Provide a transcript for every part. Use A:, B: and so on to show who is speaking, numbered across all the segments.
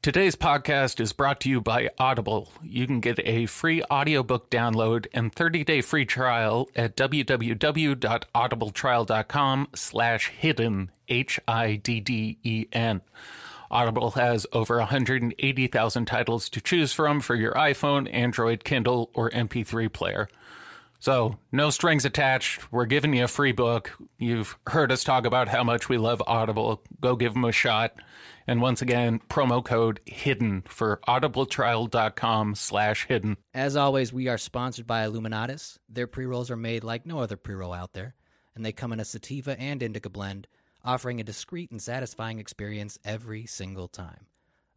A: Today's podcast is brought to you by Audible. You can get a free audiobook download and 30-day free trial at www.audibletrial.com slash hidden, H-I-D-D-E-N. E Audible has over 180,000 titles to choose from for your iPhone, Android, Kindle, or MP3 player. So, no strings attached. We're giving you a free book. You've heard us talk about how much we love Audible. Go give them a shot. And once again, promo code HIDDEN for audibletrial.com slash hidden.
B: As always, we are sponsored by Illuminatus. Their pre rolls are made like no other pre roll out there, and they come in a sativa and indica blend, offering a discreet and satisfying experience every single time.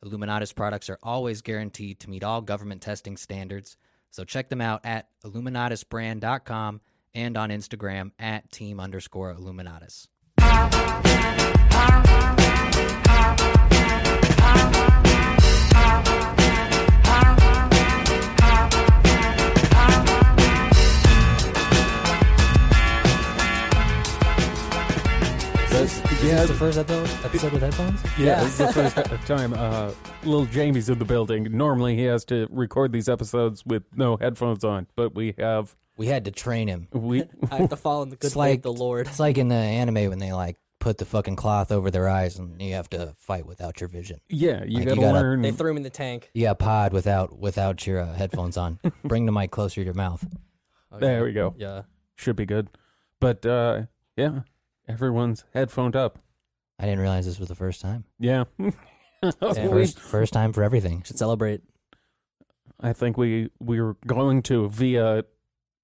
B: Illuminatus products are always guaranteed to meet all government testing standards, so check them out at illuminatusbrand.com and on Instagram at team underscore Illuminatus.
C: That's, yeah,
D: It's the first episode, episode with headphones?
C: yeah, this is the first ti- time uh, little Jamie's in the building. Normally, he has to record these episodes with no headphones on, but we have
D: We had to train him.
C: we
E: I have to follow in the good
D: It's
E: faith
D: like
E: of the Lord.
D: It's like in the anime when they like put the fucking cloth over their eyes and you have to fight without your vision.
C: yeah. You
D: Like, you
C: got to
D: gotta-
C: learn.
E: They threw him in the tank.
D: Yeah, pod without without your uh, headphones on. Bring the mic closer to your mouth.
C: there we go.
E: Yeah.
C: Should be good. But uh, yeah, everyone's headphoned up.
D: I didn't realize this was the first time.
C: Yeah.
E: Yeah,
C: We-
D: First first time for everything.
E: Should celebrate.
C: I think we we were going to via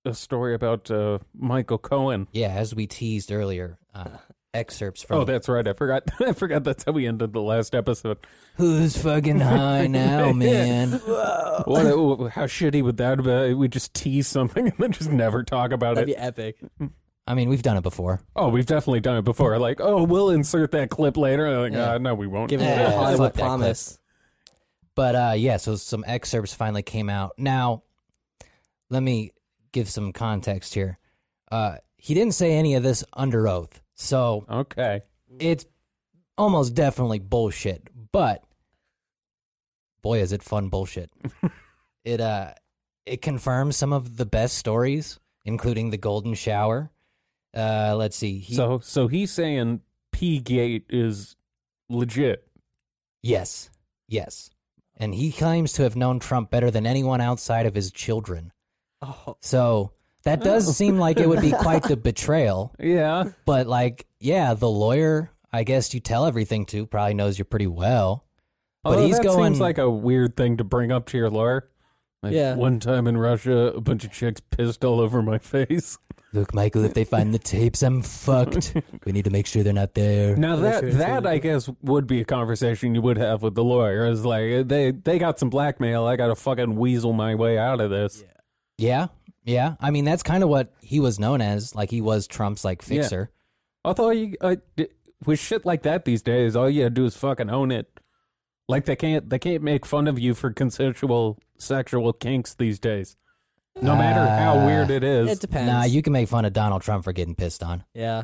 C: a story about uh, Michael Cohen.
D: Yeah, as we teased earlier, uh, excerpts from
C: Oh, that's right. I forgot. I forgot. That's how we ended the last episode.
D: Who's fucking high now, man?
C: What, how shitty would that be? We just tease something and then just never talk about
E: That'd
C: it.
E: be epic.
D: I mean, we've done it before.
C: Oh, we've definitely done it before. Like, oh, we'll insert that clip later. And Like,
D: Yeah.
C: uh, no, we won't.
E: Give it
D: Yeah,
E: a
D: fuck
E: Hollywood
D: that clip.
E: promise.
D: But uh, yeah, so some excerpts finally came out. Now, let me give some context here. Uh, he didn't say any of this under oath, so
C: okay.
D: it's almost definitely bullshit. But boy, is it fun bullshit! it uh, it confirms some of the best stories, including the golden shower. Uh, let's see. He,
C: so, so he's saying P Gate is legit.
D: yes, yes, and he claims to have known Trump better than anyone outside of his children.
E: Oh,
D: So that does seem like it would be quite the betrayal.
C: Yeah.
D: But like, yeah, the lawyer, I guess you tell everything to, probably knows you pretty well. But
C: Although
D: he's
C: that
D: going-
C: seems like a weird thing to bring up to your lawyer. Like,
E: Yeah.
C: One time in Russia, a bunch of chicks pissed all over my face.
D: Look, Michael, if they find the tapes, I'm fucked. We need to make sure they're not there.
C: Now that that I guess would be a conversation you would have with the lawyer. Is like they they got some blackmail. I got to fucking weasel my way out of this.
D: Yeah. Yeah. I mean, that's kind of what he was known as. Like, he was Trump's like
C: Yeah.
D: fixer.
C: Although you uh, d- with shit like that these days, all you gotta do is fucking own it. Like they can't they can't make fun of you for consensual sexual kinks these days. No matter how
D: Ah.
C: weird it
E: it
C: is.
E: depends.
D: Nah, you can make fun of Donald Trump for getting pissed on.
E: Yeah.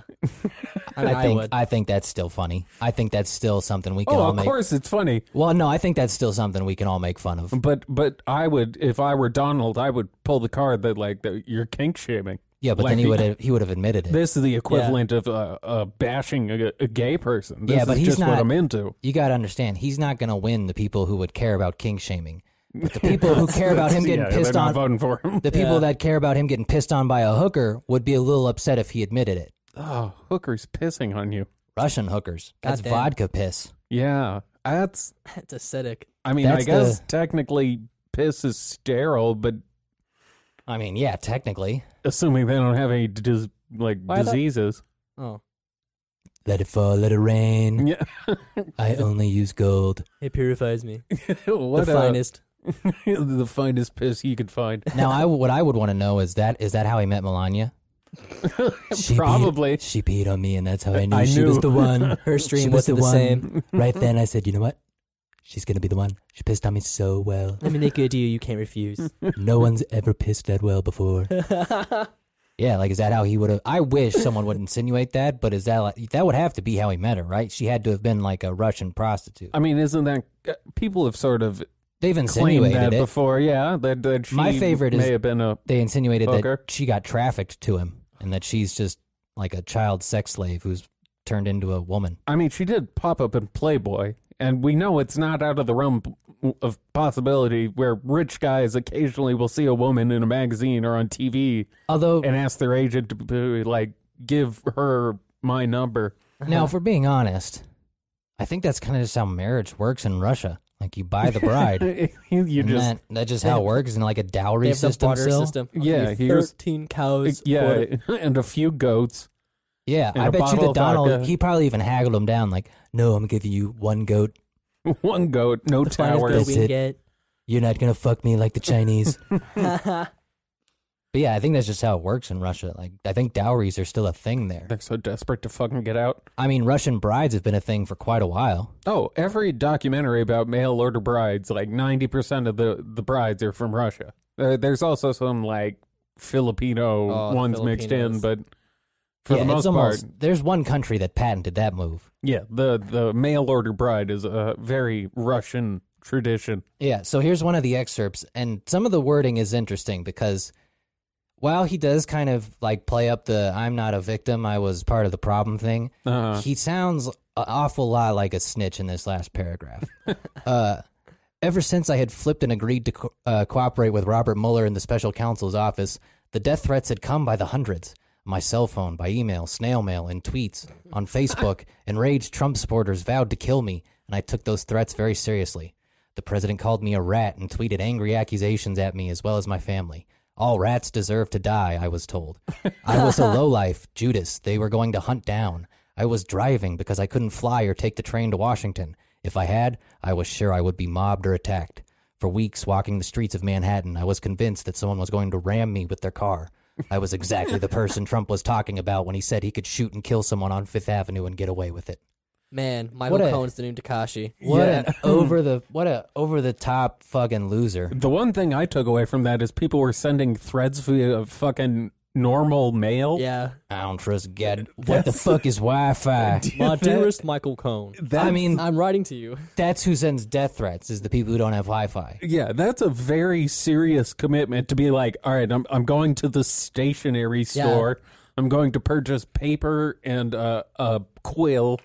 D: I,
E: I, mean, I
D: think
E: would.
D: I think that's still funny. I think that's still something we can
C: Oh,
D: all
C: of
D: make.
C: course it's funny.
D: Well, no, I think that's still something we can all make fun of.
C: But but I would if I were Donald, I would pull the card that like that you're kink shaming.
D: Yeah, but
C: Like
D: then he
C: the-
D: would have he would have admitted it.
C: This is the equivalent of uh, uh, bashing a, a gay person. This
D: Yeah, but
C: is
D: he's
C: just what
D: not-
C: I'm into.
D: you got to understand, he's not going to win the people who would care about king shaming. But the people who care about him getting
C: yeah,
D: pissed
C: they're
D: on,
C: not voting for him.
D: the people
E: Yeah.
D: that care about him getting pissed on by a hooker would be a little upset if he admitted it.
C: Oh, hookers pissing on you.
D: Russian hookers. That's
E: Goddamn.
D: vodka piss.
C: Yeah, that's
E: it's acidic.
C: I mean, I
D: That's
C: guess
D: the-
C: technically piss is sterile, but
D: I mean, yeah, technically.
C: assuming they don't have any dis- like
E: Why the-
C: diseases.
E: Oh.
D: Let it fall, let it rain.
C: Yeah.
D: I only use gold.
E: It purifies me.
C: what
E: the
C: a-
E: finest.
C: the finest piss you could find.
D: Now, I what I would want to know is that is that how he met Melania? She peed-
C: Probably.
D: she peed on me, and that's how I knew
C: I
D: she was
C: knew.
D: the one.
E: Her
D: she
E: stream
D: was
E: was
D: the,
E: the,
D: one.
E: same.
D: Right then, I said, you know what? She's gonna be the one. She pissed on me so well.
E: Let me make you a deal you can't refuse.
D: No one's ever pissed that well before. Yeah, like is that how he would have? I wish someone would insinuate that, but is that like that would have to be how he met her, right? She had to have been like a Russian prostitute.
C: I mean, isn't that uh, people have sort of
D: They've
C: claimed
D: insinuated
C: that
D: it.
C: before? Yeah, that, that she
D: My favorite
C: may
D: is-
C: have been a
D: They insinuated
C: Fucker.
D: that she got trafficked to him, and that she's just like a child sex slave who's turned into a woman.
C: I mean, she did pop up in Playboy, and we know it's not out of the realm p- of possibility where rich guys occasionally will see a woman in a magazine or on TV
D: Although
C: and ask their agent to, to like give her my number.
D: Now, if we're being honest, I think that's kind of just how marriage works in Russia. Like you buy the bride. and
C: you just
D: that, that's just how it works in like a
E: they
D: dowry
E: have the
D: system,
E: barter
D: still.
E: system.
C: Yeah,
E: Give me
C: here's-
E: thirteen cows.
C: yeah,
E: quarter-
C: and a few goats.
D: Yeah,
C: And
D: I
C: a
D: bet you
C: bottle
D: that
C: of
D: Donald
C: vodka.
D: he probably even haggled him down. Like, no, I'm giving you one goat.
C: One goat, no
E: the
C: towers.
E: finest goat we
D: That's
E: can
D: it.
E: get.
D: You're not gonna fuck me like the Chinese. but yeah, I think that's just how it works in Russia. Like, I think dowries are still a thing there.
C: They're so desperate to fucking get out.
D: I mean, Russian brides have been a thing for quite a while.
C: Oh, every documentary about mail order brides, like ninety percent of the the brides are from Russia. Uh, there's also some like Filipino
E: Oh, the
C: ones mixed in,
E: Filipinos.
C: but for
D: yeah,
C: the most
D: it's almost,
C: part,
D: there's one country that patented that move.
C: yeah, the the mail order bride is a very Russian tradition.
D: Yeah, so here's one of the excerpts, and some of the wording is interesting because while he does kind of like play up the I'm not a victim, I was part of the problem thing,
C: Uh,
D: he sounds an awful lot like a snitch in this last paragraph. uh, ever since I had flipped and agreed to co- uh, cooperate with Robert Mueller in the special counsel's office, the death threats had come by the hundreds. My cell phone, by email, snail mail, and tweets. On Facebook, enraged Trump supporters vowed to kill me, and I took those threats very seriously. The president called me a rat and tweeted angry accusations at me as well as my family. All rats deserve to die, I was told. I was a lowlife, Judas, they were going to hunt down. I was driving because I couldn't fly or take the train to Washington. If I had, I was sure I would be mobbed or attacked. For weeks, walking the streets of Manhattan, I was convinced that someone was going to ram me with their car. I was exactly the person Trump was talking about when he said he could shoot and kill someone on Fifth Avenue and get away with it.
E: Man, Michael
D: What a-
E: Cohen's the new Takashi.
D: What an over the what a over the top fucking loser.
C: the one thing I took away from that is people were sending threads via fucking normal mail.
E: Yeah,
D: I don't trust God. What the fuck is Wi-Fi?
E: my dearest Michael Cohen.
D: I mean,
E: I'm writing to you.
D: that's who sends death threats is the people who don't have Wi-Fi.
C: Yeah, that's a very serious commitment to be like, all right, I'm I'm going to the stationery store. I'm going to purchase paper and uh, a quill,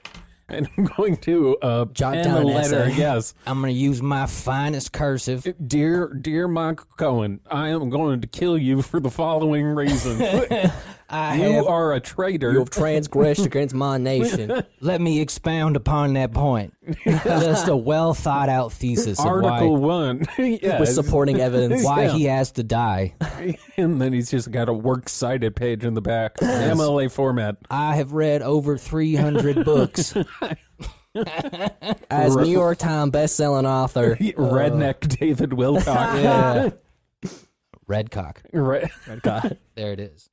C: and I'm going to uh,
E: Jot
C: pen
E: down
C: a
E: an
C: letter.
E: essay.
C: Yes,
D: I'm gonna use my finest cursive.
C: dear dear Michael Cohen, I am going to kill you for the following reason.
D: I
C: you
D: have,
C: are a traitor.
E: You have transgressed against my nation.
D: let me expound upon that point. Just a well thought out thesis of
C: Article
D: why,
C: one. yeah,
E: with supporting evidence.
D: why
C: yeah.
D: he has to die.
C: and then he's just got a works cited page in the back, MLA format.
D: I have read over 300 books.
E: As New York Times best-selling author,
C: Redneck David Wilcock.
D: Yeah. Redcock.
C: Right.
D: There it is.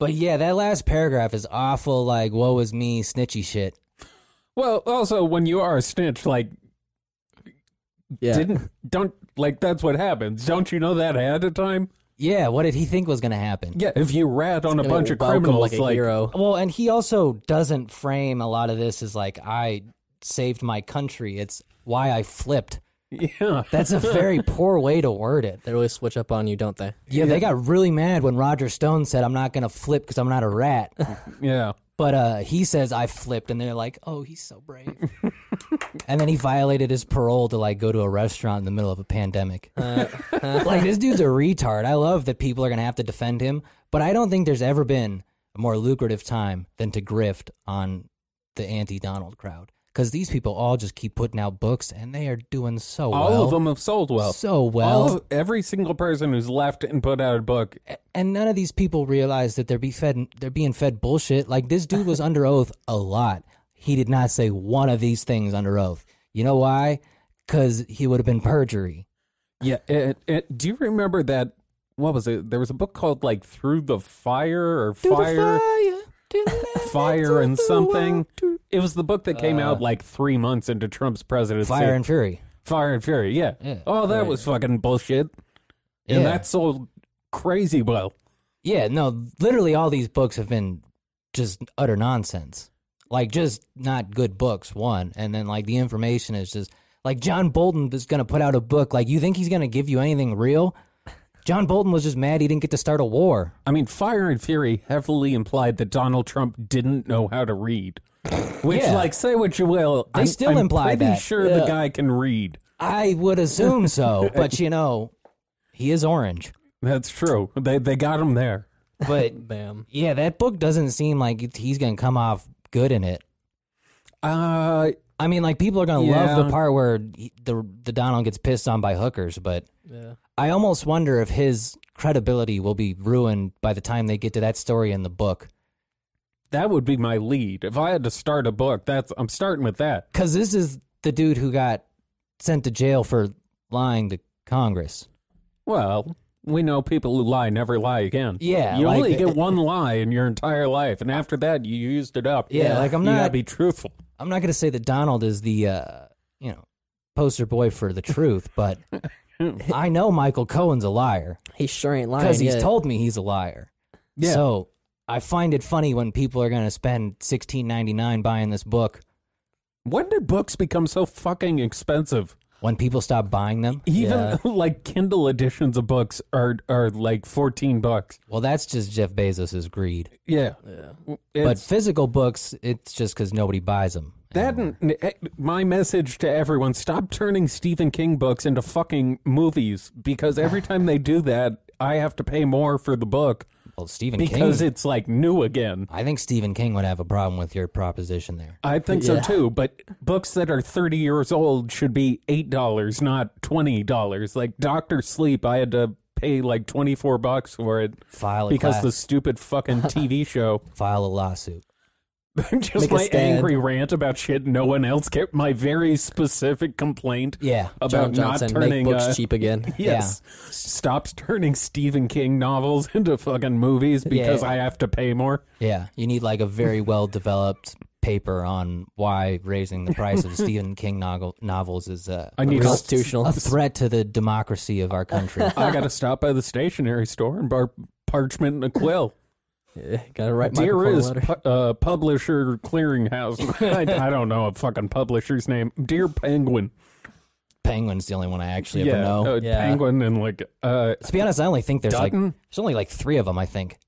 D: But yeah, that last paragraph is awful, like, woe is me, snitchy shit.
C: Well, also when you are a snitch, like
E: yeah.
C: didn't don't like that's what happens. Don't you know that ahead of time?
D: Yeah, what did he think was going to happen?
C: Yeah, if you rat on a
E: gonna
C: bunch of
E: welcome
C: criminals,
E: like a hero.
D: Well, and he also doesn't frame a lot of this as like, I saved my country. It's why I flipped.
C: yeah,
D: That's a very poor way to word it.
E: They really switch up on you, don't they?
D: Yeah, they got really mad when Roger Stone said, I'm not going to flip because I'm not a rat.
C: yeah,
D: But uh, he says, I flipped. And they're like, oh, he's so brave. and then he violated his parole to like go to a restaurant in the middle of a pandemic.
C: Uh,
D: like, this dude's a retard. I love that people are going to have to defend him. But I don't think there's ever been a more lucrative time than to grift on the anti Donald crowd. Because these people all just keep putting out books and they are doing so
C: all
D: well.
C: of them have sold well.
D: So well.
C: All of- every single person who's left and put out a book.
D: and none of these people realize that they're be fed they're being fed bullshit. Like this dude was under oath a lot. He did not say one of these things under oath. You know why? Because he would have been perjury.
C: Yeah. It, it, do you remember that? What was it? There was a book called like Through the Fire or Fire, Fire and something. It was the book that came out like three months into Trump's presidency.
D: Fire and fury.
C: Fire and Fury. Yeah.
D: Yeah,
C: oh, that
D: right.
C: was fucking bullshit.
D: Yeah.
C: And that sold crazy well.
D: Yeah, no, literally all these books have been just utter nonsense. Like just not good books, one, and then like the information is just like John Bolton is going to put out a book like you think he's going to give you anything real? John Bolton was just mad he didn't get to start a war.
C: I mean, Fire and Fury heavily implied that Donald Trump didn't know how to read. Which,
D: Yeah.
C: like, say what you will,
D: They
C: I'm,
D: still
C: I'm
D: imply
C: pretty
D: that.
C: sure the
E: Yeah.
C: guy can read.
D: I would assume so, but you know, he is orange.
C: That's true. They they got him there.
D: But
E: Bam.
D: yeah, that book doesn't seem like he's going to come off good in it.
C: Uh,
D: I mean, like people are going to love
C: Yeah.
D: the part where he, the the Donald gets pissed on by hookers, but
E: Yeah.
D: I almost wonder if his credibility will be ruined by the time they get to that story in the book.
C: that would be my lead. If I had to start a book, that's I'm starting with that.
D: Because this is the dude who got sent to jail for lying to Congress.
C: Well, we know people who lie never lie again.
D: Yeah,
C: you
D: like-
C: only get one lie in your entire life, and after that, you used it up.
D: Yeah, like, I'm
C: You gotta
D: not-
C: be truthful.
D: I'm not going to say that Donald is the, uh, you know, poster boy for the truth, but I know Michael Cohen's a liar
E: He sure ain't lying.
D: because he's
E: yeah.
D: told me he's a liar.
C: Yeah.
D: So I find it funny when people are going to spend sixteen ninety nine buying this book
C: When did books become so fucking expensive?
D: when people stop buying them.
C: Even
E: Yeah.
C: like Kindle editions of books are are like fourteen bucks.
D: Well, that's just Jeff Bezos' greed.
C: Yeah,
D: but
C: It's-
D: physical books, it's just because nobody buys them.
C: that and- eh, my message to everyone: stop turning Stephen King books into fucking movies because every time they do that, I have to pay more for the book
D: well, Stephen
C: because
D: King.
C: it's like new again.
D: I think Stephen King would have a problem with your proposition there.
C: I think so too, but books that are 30 years old should be $8, not $20. Like Doctor Sleep, I had to pay like 24 bucks for it
D: File a
C: because
D: class-
C: the stupid fucking TV show
D: file a lawsuit.
C: just
E: Make a
C: my
E: stand.
C: angry rant about shit no one else kept my very specific complaint
D: Yeah,
C: about
E: John
C: not
E: Johnson
C: turning
E: make books
C: uh,
E: cheap again.
C: yes stops turning Stephen King novels into fucking movies because
D: Yeah.
C: I have to pay more
D: Yeah, you need like a very well developed paper on why raising the price of Stephen King novel- novels is uh,
C: I need to
E: Constitutional.
D: a threat to the democracy of our country.
C: I gotta stop by the stationery store and bar parchment and a quill
E: Yeah, gotta write my
C: Dearest
E: letter.
C: pu- uh, publisher clearinghouse. I, I don't know a fucking publisher's name. Dear Penguin.
D: Penguin's the only one I actually ever know.
C: uh,
E: Yeah.
C: Penguin and like uh,
D: To be honest, I only think there's
C: Dutton?
D: like there's only like three of them. I think.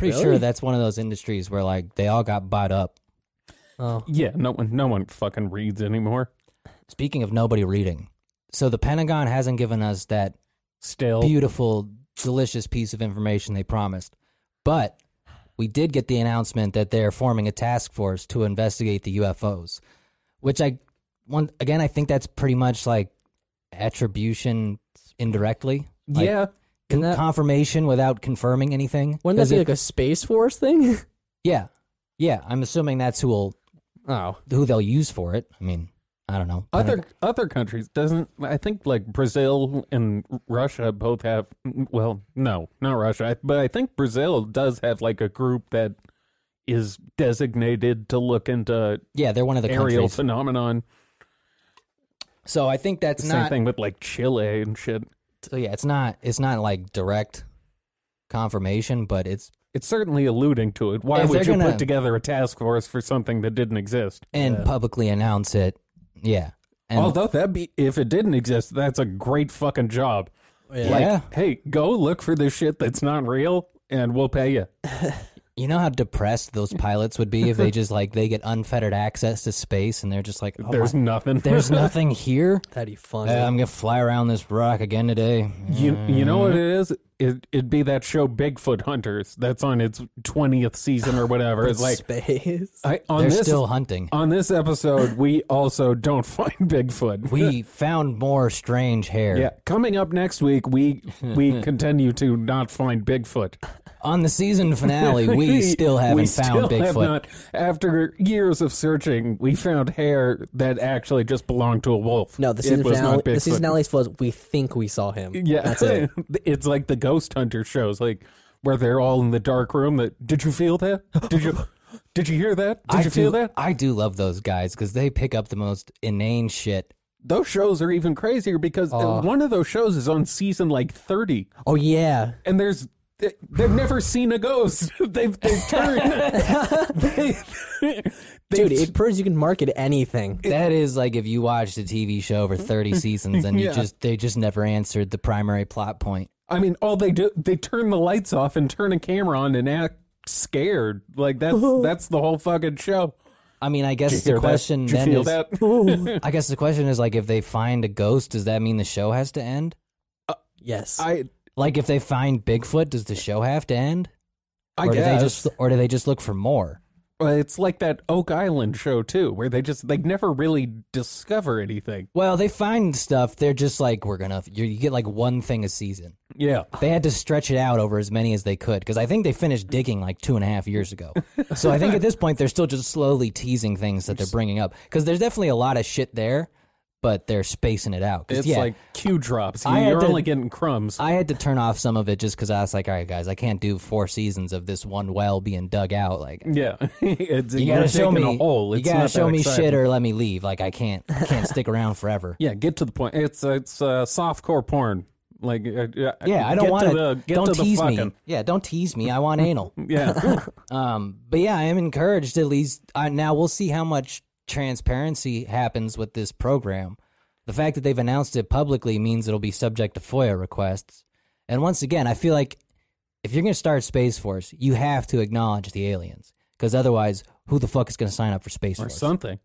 D: Pretty sure that's one of those industries where like they all got bought up.
E: Oh,
C: yeah, no one, no one fucking reads anymore.
D: Speaking of nobody reading, so the Pentagon hasn't given us that
E: Oh.
C: Still,
D: beautiful, delicious piece of information they promised, but we did get the announcement that they're forming a task force to investigate the UFOs, which I, one again, I think that's pretty much like attribution indirectly. Like,
C: yeah,
D: con-
E: Isn't that-
D: confirmation without confirming anything.
E: wouldn't
D: 'Cause
E: that be
D: if-
E: like a space force thing?
D: Yeah, yeah. I'm assuming that's who will
E: Oh,
D: who they'll use for it. I mean, I don't know.
C: other other countries doesn't. I think like Brazil and Russia both have. Well, no, not Russia, I- but I think Brazil does have like a group that is designated to look into
D: yeah, they're one of the
C: aerial
D: countries.
C: phenomenon.
D: So I think that's
C: Same
D: not.
C: thing with like Chile and shit.
D: So yeah, it's not. It's not like direct confirmation, but it's
C: It's certainly alluding to it. Why
D: If
C: would
D: they're
C: you
D: gonna-
C: put together a task force for something that didn't exist?
D: and publicly announce it. Yeah. And
C: Although that be if it didn't exist, that's a great fucking job.
D: yeah,
C: Hey, go look for this shit that's not real, and we'll pay you.
D: you know how depressed those pilots would be if they just like they get unfettered access to space and they're just like, oh,
C: There's
D: my-
C: nothing.
D: there's nothing here.
E: that'd be
D: Uh,
C: um,
E: fun.
D: I'm gonna fly around this rock again today. Mm-hmm.
C: you. You know what it is? it, it'd be that show Bigfoot Hunters that's on its 20th season or whatever. it's like
E: space.
C: I, on
D: They're
C: this
D: still hunting.
C: on this episode we also don't find Bigfoot.
D: We found more strange hair.
C: yeah, coming up next week we we continue to not find Bigfoot.
D: On the season finale, we still haven't
C: we
D: found
C: still have
D: Bigfoot.
C: not- after years of searching, we found hair that actually just belonged to a wolf.
E: No, the
C: It
E: season
C: was
E: finale.
C: not
E: The season
C: Bigfoot.
E: finale was we think we saw him.
C: Yeah,
E: that's it.
C: it's like the ghost hunter shows, like where they're all in the dark room. That did you feel that? Did you did you hear that? Did
D: I
C: you feel
D: do,
C: that?
D: I do love those guys because they pick up the most inane shit.
C: Those shows are even crazier because uh, one of those shows is on season like thirty,
E: Oh yeah,
C: and there's. they- They've never seen a ghost. they've they've turned. they, they've-
E: dude. It proves you can market anything.
D: That is like if you watched a TV show over 30 seasons and
C: Yeah.
D: you just they just never answered the primary plot point.
C: I mean, all they do they turn the lights off and turn a camera on and act scared. Like that's that's the whole fucking show.
D: I mean, I
C: Did you
D: guess
C: hear
D: the
C: that?
D: question
C: Did you
D: then
C: feel
D: is
C: that?
D: I guess the question is like if they find a ghost, does that mean the show has to end?
E: Yes,
C: I
D: Like if they find Bigfoot, does the show have to end?
C: I
D: or do
C: guess
D: they just or do they just look for more?
C: Well, it's like that Oak Island show too, where they just they never really discover anything.
D: Well, they find stuff. They're just like we're gonna. You, you get like one thing a season.
C: Yeah,
D: They had to stretch it out over as many as they could because I think they finished digging like two and a half years ago. So I think at this point they're still just slowly teasing things that they're bringing up because there's definitely a lot of shit there, but they're spacing it out. 'Cause,
C: it's
D: yeah,
C: like cue drops.
D: I had
C: You're
D: to-
C: only getting crumbs.
D: I had to turn off some of it just because I was like, all right, guys, I can't do four seasons of this one well being dug out. Like,
C: yeah, it's,
D: you gotta
C: you're
D: show
C: digging
D: me.
C: a hole.
D: You
C: It's
D: gotta
C: not
D: show
C: that
D: me
C: exciting.
D: shit or let me leave. Like, I can't, I can't stick around forever.
C: yeah. Get to the point. It's it's uh, softcore porn. Like uh,
D: Yeah, I don't
C: get
D: want
C: to. the- Get
D: Don't
C: to
D: tease
C: the fucking,
D: me. Yeah, don't tease me. I want anal.
C: Yeah,
D: Um, but yeah, I am encouraged at least. I, now we'll see how much transparency happens with this program. The fact that they've announced it publicly means it'll be subject to FOIA requests. And once again, I feel like if you're going to start Space Force, you have to acknowledge the aliens because otherwise, who the fuck is going to sign up for Space
C: or
D: Force?
C: something.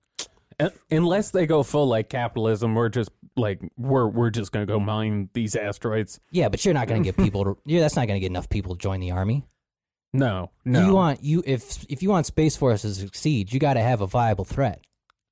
C: Un- Unless they go full like capitalism, we're just like we're we're just gonna go mine these asteroids.
D: yeah, but you're not going to get people. To, yeah, that's not going to get enough people to join the army.
C: No, no.
D: You want you if if you want Space Force to succeed, you got to have a viable threat.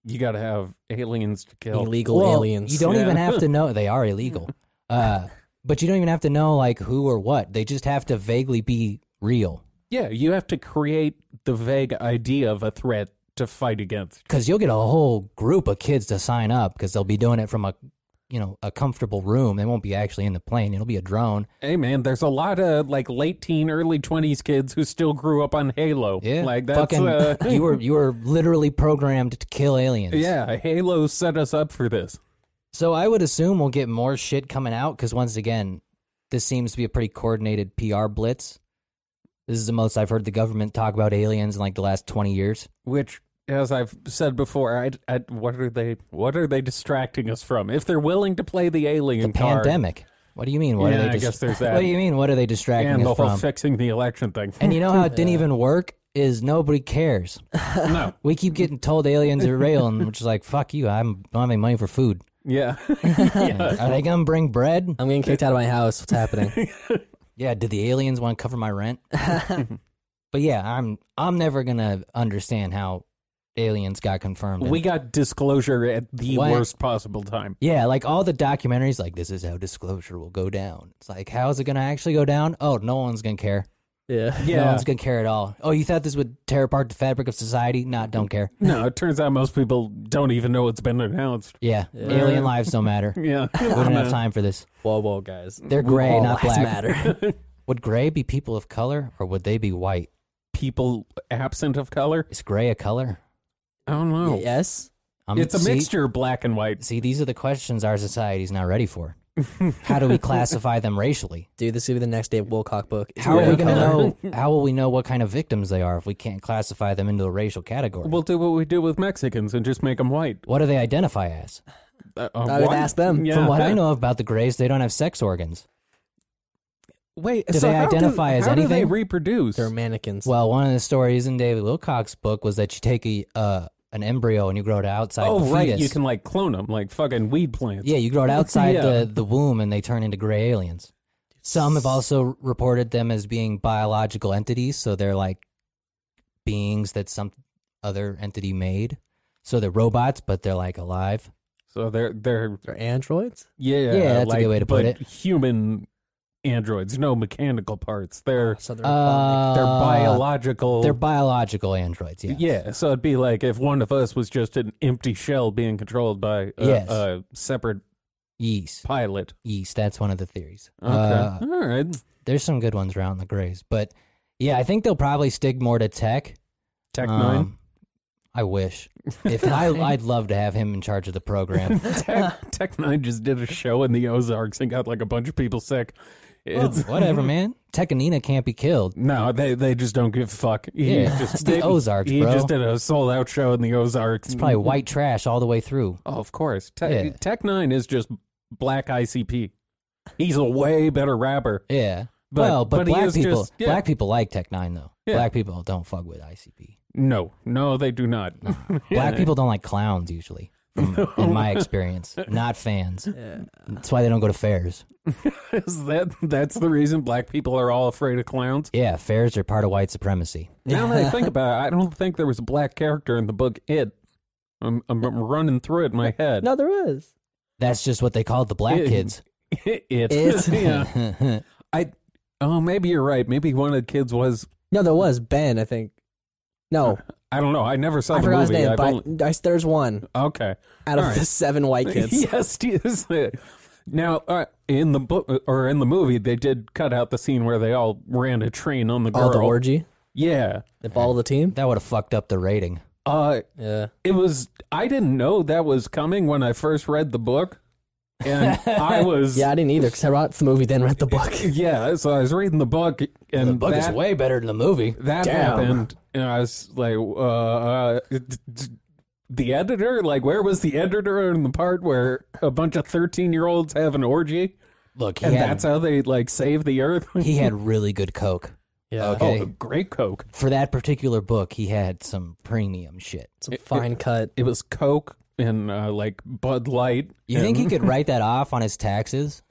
C: you got to have aliens to kill.
E: illegal
D: Well,
E: aliens.
D: You don't
C: Yeah.
D: even have to know they are illegal. Uh, but you don't even have to know like who or what. They just have to vaguely be real
C: Yeah, you have to create the vague idea of a threat to fight against.
D: because you'll get a whole group of kids to sign up because they'll be doing it from a you know a comfortable room. They won't be actually in the plane. It'll be a drone.
C: Hey man, there's a lot of like late teen, early twenties kids who still grew up on Halo.
D: Yeah,
C: like that's
D: fucking.
C: uh,
D: you were you were literally programmed to kill aliens.
C: yeah, Halo set us up for this.
D: So I would assume we'll get more shit coming out because once again, this seems to be a pretty coordinated PR blitz. This is the most I've heard the government talk about aliens in like the last twenty years.
C: Which, as I've said before, I, I, what are they? What are they distracting us from? If they're willing to play the alien
D: the
C: card
D: pandemic. What do you mean? What
C: Yeah,
D: are they?
C: I guess there's that.
D: What do you mean? What are they distracting
C: and the
D: us
C: whole
D: from?
C: fixing the election thing,
D: and you know how it didn't even work is nobody cares.
C: no,
D: We keep getting told aliens are real, and we're just like, "Fuck you! I'm not having money for food.
C: yeah,
D: Are they gonna bring bread?
E: I'm getting kicked out of my house. What's happening?
D: Yeah. Did the aliens want to cover my rent? but yeah, I'm I'm never gonna understand how aliens got confirmed.
C: we got disclosure at the
D: What?
C: worst possible time.
D: yeah, like all the documentaries, like this is how disclosure will go down. It's like, how is it gonna actually go down? Oh, no one's gonna care.
E: yeah.
D: No one's gonna care at all. Oh, you thought this would tear apart the fabric of society? Nah, don't care.
C: No, it turns out most people don't even know it's been announced.
D: Yeah, alien lives don't matter. We
C: Yeah.
D: don't have time for this.
E: Whoa, whoa, guys.
D: They're gray,
E: All
D: not
E: lives
D: black.
E: matter.
D: Would gray be people of color, or would they be white?
C: People absent of color?
D: Is gray a color?
C: I don't know.
E: Yes.
D: I'm,
C: It's a
D: see-
C: mixture of black and white.
D: See, these are the questions our society's not ready for. How do we classify them racially?
E: Dude, this will be the next Dave Wilcock book. It's
D: How are we
E: gray
D: going to
E: color.
D: know? How will we know what kind of victims they are if we can't classify them into a racial category?
C: We'll do what we do with Mexicans and just make them white.
D: what do they identify as?
C: Uh, uh,
E: I would
C: what?
E: ask them.
C: Yeah.
D: From what I know about the Greys, they don't have sex organs.
C: Wait,
D: Do
C: so
D: they
C: how
D: identify
C: do,
D: as
C: how do they
D: anything?
C: reproduce?
E: They're mannequins.
D: Well, one of the stories in David Wilcox's book was that you take a uh, an embryo and you grow it outside
C: oh,
D: the
C: right.
D: fetus.
C: You can, like, clone them, like fucking weed plants.
D: yeah, you grow it outside
C: Yeah.
D: the, the womb and they turn into gray aliens. Some have also reported them as being biological entities, so they're like beings that some other entity made. So they're robots, but they're like alive.
C: So they're they're
E: They're androids?
C: yeah
D: Yeah, that's a
C: like,
D: good way to put
C: but
D: it.
C: Human androids, no mechanical parts. They're
E: So they're robotic.
D: Uh,
C: they're biological.
D: They're biological androids. Yeah.
C: yeah. So it'd be like if one of us was just an empty shell being controlled by a,
D: Yes.
C: a separate
D: Yeast.
C: pilot.
D: Yeast. That's one of the theories.
C: Okay,
D: Uh,
C: all right.
D: there's some good ones around the grays, but yeah, I think they'll probably stick more to tech.
C: Tech
D: Um,
C: nine.
D: I wish. If I, I'd love to have him in charge of the program.
C: Tech, Tech Nine just did a show in the Ozarks and got like a bunch of people sick. It's
D: Whatever, man. Tekanina can't be killed.
C: no, they they just don't give a fuck. He
D: Yeah,
C: just
D: it's the
C: did-
D: Ozarks,
C: He
D: bro.
C: just did a sold out show in the Ozarks.
D: It's probably white trash all the way through.
C: Oh, of course. Te-
D: Yeah.
C: Tech Nine is just black ICP. He's a way better rapper.
D: Yeah.
C: But-
D: well, but,
C: but he
D: black
C: is
D: people,
C: just- yeah.
D: black people like Tech Nine though.
C: Yeah.
D: Black people don't fuck with ICP.
C: No, no, they do not.
D: Black people don't like clowns usually, from- in my experience. Not fans. That's why they don't go to fairs.
C: Is that that's the reason black people are all afraid of clowns.
D: Yeah, fairs are part of white supremacy.
C: Now that I think about it, I don't think there was a black character in the book. It. I'm, I'm, I'm running through it in my head.
E: no, there is.
D: That's just what they called the black
C: Yeah.
D: kids.
C: it.
E: It.
C: yeah. I. Oh, maybe you're right. Maybe one of the kids was.
E: No, there was Ben, I think. No,
C: I don't know. I never saw
E: I
C: the
E: forgot his
C: movie.
E: name,
C: I've
E: but
C: only-
E: I, there's one
C: okay.
E: out of
C: All right.
E: the seven white kids.
C: yes, yes. Now, uh, in the book or in the movie, they did cut out the scene where they all ran a train on the girl.
E: All Oh, the orgy.
C: Yeah.
E: They follow the team.
D: that would have fucked up the rating.
C: Uh,
E: Yeah.
C: it was. I didn't know that was coming when I first read the book, and I was.
E: Yeah, I didn't either because I watched the movie, then read the book.
C: Yeah, so I was reading the book, and
D: The book is
C: that,
D: way better than the movie.
C: that
E: Damn.
C: happened, and I was like, uh, uh, d- d- the editor? Like, where was the editor in the part where a bunch of 13 year olds have an orgy?
D: Look, he
C: And
D: had,
C: that's how they, like, save the earth?
D: he had really good coke.
E: Yeah.
D: Okay.
C: Oh, great Coke.
D: For that particular book, he had some premium shit.
E: It's a fine cut.
C: It was Coke and, uh, like, Bud Light.
D: You think he
C: and
D: could write that off on his taxes?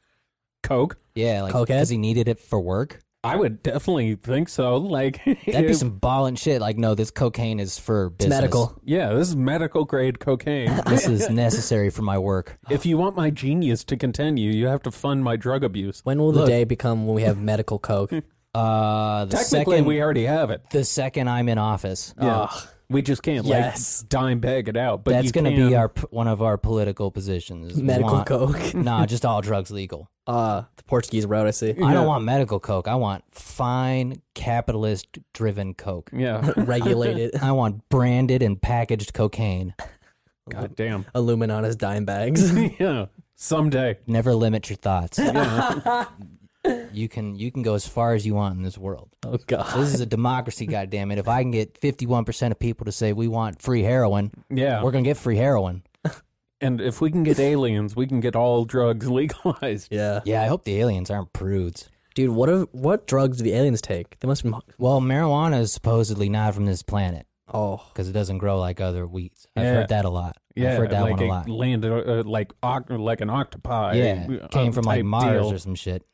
C: Coke?
D: Yeah, like
E: Cokehead?
D: because he needed it for work.
C: I would definitely think so. Like,
D: That'd be some ballin' shit. Like, no, this cocaine is for business.
E: medical.
C: yeah, this is medical grade cocaine.
D: This is necessary for my work.
C: if you want my genius to continue, you have to fund my drug abuse.
E: When will the day become when we have medical coke?
D: Uh, the
C: Technically,
D: second
C: we already have it.
D: the second I'm in office,
C: Yeah. we just can't
E: Yes.
C: like dime bag it out. But
D: uh, that's
C: you
D: gonna
C: can,
D: be our p- one of our political positions. is
E: medical
D: want-
E: coke.
D: Nah, just all drugs legal.
E: Uh, the Portuguese road. I see.
D: I don't want medical coke. I want fine capitalist driven coke.
C: yeah.
E: Regulated
D: I want branded and packaged cocaine.
C: God damn.
E: Illuminatus dime bags.
C: yeah, someday.
D: Never limit your thoughts. you can you can go as far as you want in this world.
E: Oh god.
D: This is a democracy, goddammit. If I can get 51% of people to say we want free heroin,
C: Yeah,
D: we're going to get free heroin.
C: and if we can get aliens, we can get all drugs legalized.
E: Yeah.
D: Yeah, I hope the aliens aren't prudes.
E: Dude, what if, what drugs do the aliens take? They must be. mo-
D: Well, marijuana is supposedly not from this planet
E: Oh,
D: because it doesn't grow like other weeds. I've
C: Yeah.
D: heard that a lot.
C: Yeah,
D: I've heard that
C: like
D: one a
C: it
D: lot.
C: landed uh, like oc- like an octopi.
D: yeah,
C: uh,
D: came from like
C: type
D: Mars
C: deal.
D: or some shit.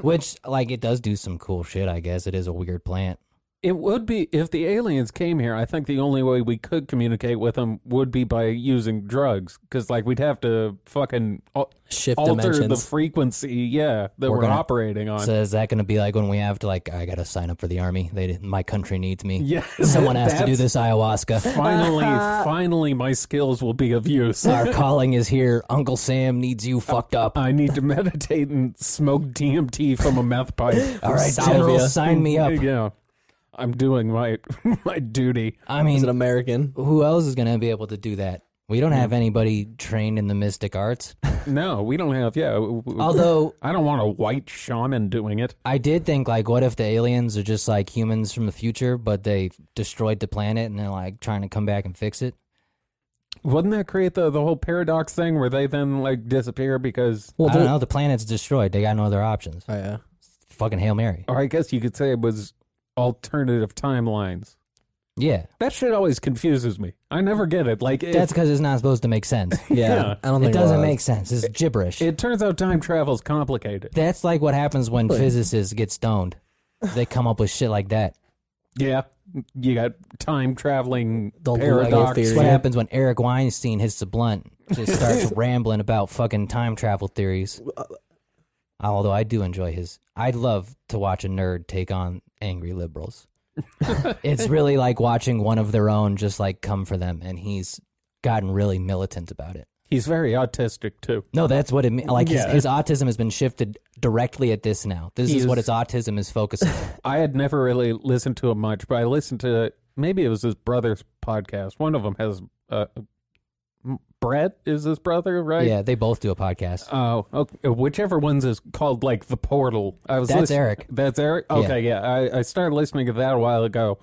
D: Which, like, it does do some cool shit, I guess. It is a weird plant.
C: It would be if the aliens came here. I think the only way we could communicate with them would be by using drugs, because like we'd have to fucking al-
E: shift
C: alter the
E: dimensions.
C: frequency. Yeah, that
D: We're
C: we're,
D: gonna-
C: operating on.
D: So is that going to be like when we have to, like, I got to sign up for the army? They didn't, My country needs me.
C: yeah,
D: Someone has to do
C: that's-
D: this ayahuasca.
C: Finally, finally, my skills will be of use.
D: Our calling is here. Uncle Sam needs you fucked up.
C: I need to meditate and smoke DMT from a meth pipe.
D: All right,
E: Salvia.
D: General, sign me up.
C: Yeah, I'm doing my my duty.
D: I
E: He's
D: mean,
E: an American.
D: who else is going to be able to do that? We
E: Hmm.
D: don't have anybody trained in the mystic arts.
C: No, we don't have. Yeah, w- w-
D: Although
C: I don't want a white shaman doing it.
D: I did think, like, what if the aliens are just like humans from the future, but they destroyed the planet and they're like trying to come back and fix it?
C: Wouldn't that create the the whole paradox thing where they then like disappear because?
E: Well,
D: I don't
E: they're-
D: know. The planet's destroyed. They got no other options.
E: Oh yeah.
D: Fucking hail mary.
C: Or I guess you could say it was alternative timelines.
D: Yeah.
C: That shit always confuses me. I never get it. Like,
D: That's
C: it,
D: because it's not supposed to make sense.
E: Yeah,
C: Yeah.
E: I don't
D: it
E: think
D: doesn't
E: was.
D: make sense. It's gibberish.
C: it turns out time travel's complicated.
D: That's like what happens when physicists get stoned. They come up with shit like that.
C: Yeah, you got time traveling
E: The Lego
C: paradox.
E: theory.
D: That's what
E: Yeah.
D: happens when Eric Weinstein hits the blunt. Just starts rambling about fucking time travel theories. Although I do enjoy his. I'd love to watch a nerd take on angry liberals. it's really like watching one of their own just like come for them, and he's gotten really militant about it.
C: He's very autistic too.
D: No, that's what it means. Like
C: Yeah.
D: his, his autism has been shifted directly at this now. This
C: He
D: is what
C: is-
D: his autism is focusing on.
C: I had never really listened to him much, but I listened to maybe it was his brother's podcast. One of them has uh, M- Brett is his brother, right?
D: Yeah, they both do a podcast.
C: Oh, okay. whichever one's is called like the portal. I was
D: That's
C: listen-
D: Eric.
C: That's Eric.
D: Yeah.
C: Okay, yeah. I, I started listening to that a while ago,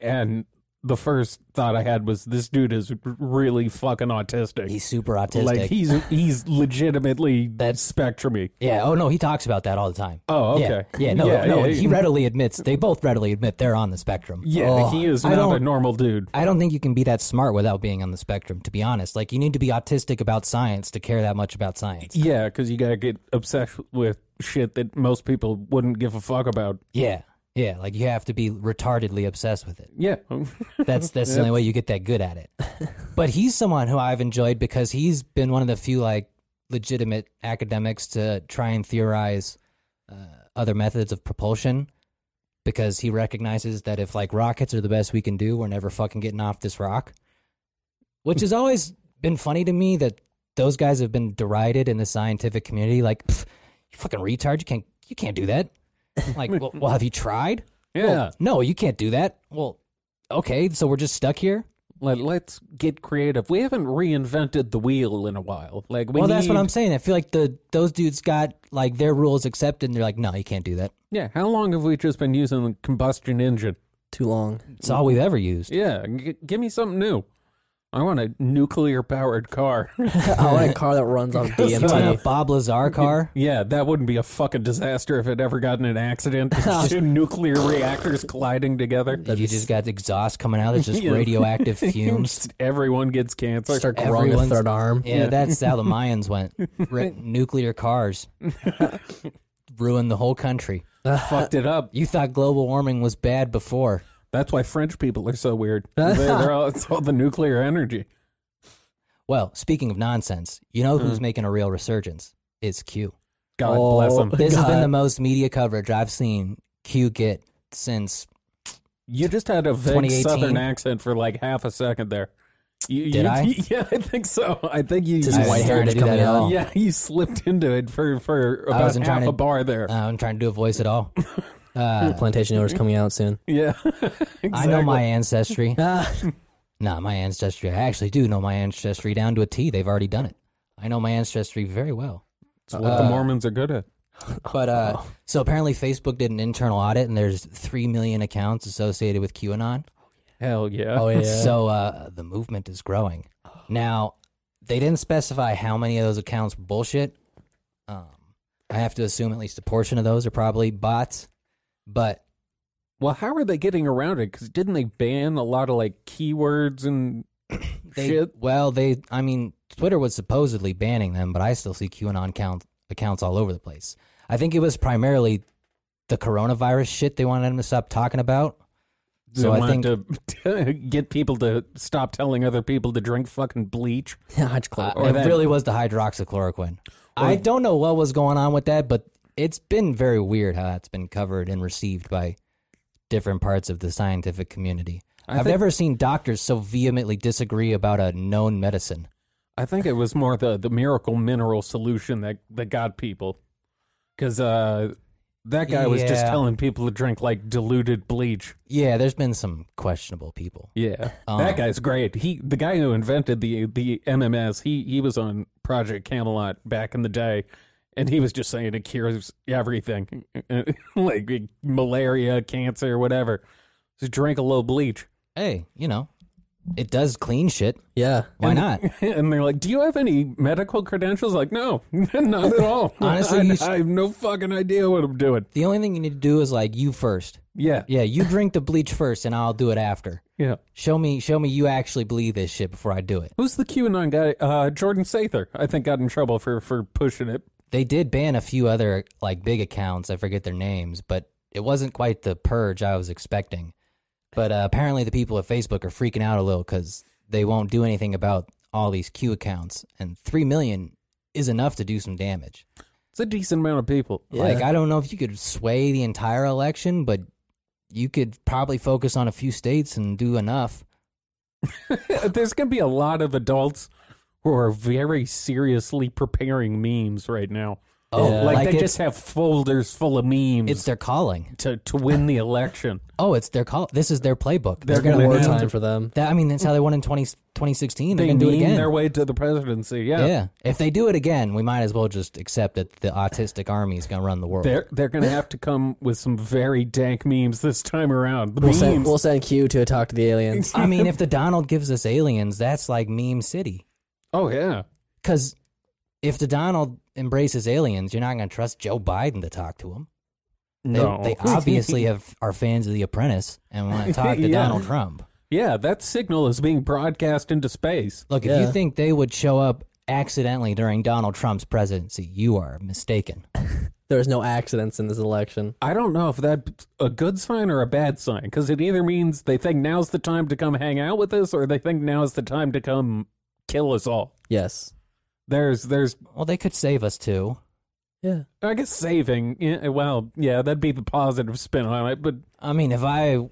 C: and the first thought I had was this dude is really fucking autistic.
D: He's super autistic.
C: like he's he's legitimately
D: That's-
C: spectrumy.
D: yeah. Oh no, he talks about that all the time.
C: Oh,
D: Yeah.
C: okay.
D: Yeah. no. no.
C: yeah,
D: he readily admits. They both readily admit they're on the spectrum.
C: yeah,
D: Oh,
C: he is
D: I
C: not a
D: don't-
C: normal dude.
D: I don't think you can be that smart without being on the spectrum. To be honest, like you need to be autistic about science to care that much about science.
C: Yeah, because you gotta get obsessed with shit that most people wouldn't give a fuck about.
D: Yeah. Yeah. Like you have to be retardedly obsessed with it.
C: Yeah,
D: That's that's the only way you get that good at it. But he's someone who I've enjoyed because he's been one of the few like legitimate academics to try and theorize uh, other methods of propulsion because he recognizes that if like rockets are the best we can do, we're never fucking getting off this rock. Which has always been funny to me that those guys have been derided in the scientific community like "Pff, you fucking retard, you can't you can't do that. Like, well, well have you tried?
C: yeah.
D: No, you can't do that. Well, okay, so we're just stuck here.
C: Let, let's get creative. We haven't reinvented the wheel in a while. Like, we
D: well, that's what
C: need-
D: I'm saying. I feel like the those dudes got like their rules accepted, and they're like, no, you can't do that.
C: Yeah, how long have we just been using the combustion engine?
E: too long.
D: It's all we've ever used.
C: Yeah, g- give me something new. I want a nuclear powered car.
E: I want a car that runs on
D: You want a
E: DMT.
D: uh, Bob Lazar car?
C: yeah, that wouldn't be a fucking disaster if it ever got in an accident. Just two nuclear reactors colliding together.
D: You just got exhaust coming out. There's just radioactive fumes.
C: Just Everyone gets cancer.
E: Start growing a
D: Everyone's-
E: third arm.
D: Yeah, that's how the Mayans went. Ri- nuclear cars ruined the whole country.
C: fucked it up.
D: You thought global warming was bad before.
C: That's why French people are so weird. They- they're all, it's all the nuclear energy.
D: Well, speaking of nonsense, you know
C: Hmm.
D: who's making a real resurgence? It's Q.
C: God
E: Oh,
C: bless them.
D: This has been
E: God.
D: the most media coverage I've seen Q get since.
C: You just had a vague
D: 2018?
C: southern accent for like half a second there. You,
D: Did
C: you-
D: I?
C: Yeah, I think so. I think you.
E: Just
C: you
D: I
E: white
D: started
E: hair
D: to
E: just
D: do that
E: coming
D: at
E: out.
D: all.
C: Yeah, you slipped into it for for
D: I
C: about
D: wasn't trying
C: half
D: to-
C: a bar there.
D: Uh, I'm trying to do a voice at all. Uh,
E: Plantation owners coming out soon.
C: yeah,
D: I know my ancestry.
C: Ah.
D: nah, my ancestry. I actually do know my ancestry down to a T. They've already done it. I know my ancestry very well.
C: It's what
D: uh,
C: the Mormons are good at.
D: But uh,
C: Oh.
D: so apparently Facebook did an internal audit, and there's three million accounts associated with QAnon.
C: Hell
D: Oh,
C: Oh, yeah.
E: yeah.
D: So uh, the movement is growing. Now, they didn't specify how many of those accounts were bullshit. Um, I have to assume at least a portion of those are probably bots. But
C: Well, how are they getting around it? Because didn't they ban a lot of like keywords and
D: they,
C: shit?
D: well, they, I mean, Twitter was supposedly banning them, but I still see QAnon count, accounts all over the place. I think it was primarily the coronavirus shit they wanted them to stop talking about.
C: They
D: So I
C: wanted
D: think
C: to get people to stop telling other people to drink fucking bleach.
E: Hodge Club.
C: or
D: Uh, it
C: that-
D: really was the hydroxychloroquine. I don't know what was going on with that, but it's been very weird how that's been covered and received by different parts of the scientific community. I have
C: think-
D: never seen doctors so vehemently disagree about a known medicine.
C: I think it was more the the miracle mineral solution that that got people, because uh, that guy was just
D: Yeah.
C: telling people to drink like diluted bleach.
D: Yeah, there's been some questionable people.
C: Yeah, that guy's great. He the guy who invented the the MMS. He he was on Project Camelot back in the day, and he was just saying it cures everything, like malaria, cancer, whatever. Just drink a little bleach.
D: Hey, you know, It does clean shit.
E: Yeah.
D: Why not?
C: and they're like, "Do you have any medical credentials?" Like, no, not at all.
D: Honestly,
C: I,
D: you s-
C: I have no fucking idea what I'm doing.
D: The only thing you need to do is like you first.
C: Yeah,
D: Yeah, you drink the bleach first, and I'll do it after.
C: yeah.
D: Show me, show me you actually believe this shit before I do it.
C: Who's the QAnon guy? Uh, Jordan Sather, I think, got in trouble for for pushing it.
D: They did ban a few other like big accounts. I forget their names, but it wasn't quite the purge I was expecting. But uh, apparently, the people at Facebook are freaking out a little because they won't do anything about all these Q accounts, and three million is enough to do some damage.
C: It's a decent amount of people.
D: Like, I don't know if you could sway the entire election, but you could probably focus on a few states and do enough.
C: uh, There's gonna be a lot of adults who are very seriously preparing memes right now.
D: Oh,
C: like,
D: like
C: they
D: it's-
C: just have folders full of memes
D: It's their calling.
C: to to win the election.
D: Oh, it's their call. This is their playbook. They're,
C: They're
D: going to
C: gonna
D: work
C: have
D: on
E: Time for them.
D: that. I mean, that's how they won in 20, 2016. They're
C: They
D: going to do it
C: meme
D: again.
C: their way to the presidency.
D: yeah. If they do it again, we might as well just accept that the autistic army is going to run the world.
C: They're they're gonna have to come with some very dank memes this time around. The
E: We'll
C: memes.
E: send, we'll send Q to talk to the aliens.
D: I mean, if the Donald gives us aliens, that's like meme city.
C: oh yeah.
D: Because if the Donald embraces aliens, you're not going to trust Joe Biden to talk to him. They,
C: No.
D: they obviously have, are fans of The Apprentice and want to talk to
C: Yeah.
D: Donald Trump.
C: yeah, that signal is being broadcast into space.
D: Look, if you
E: Yeah.
D: think they would show up accidentally during Donald Trump's presidency, you are mistaken.
E: There's no accidents in this election.
C: I don't know if that's a good sign or a bad sign because it either means they think now's the time to come hang out with us, or they think now's the time to come kill us all.
E: Yes.
C: There's there's
D: Well, they could save us too.
E: Yeah.
C: I guess saving. Yeah, well, yeah, that'd be the positive spin on it, but
D: I mean, if I.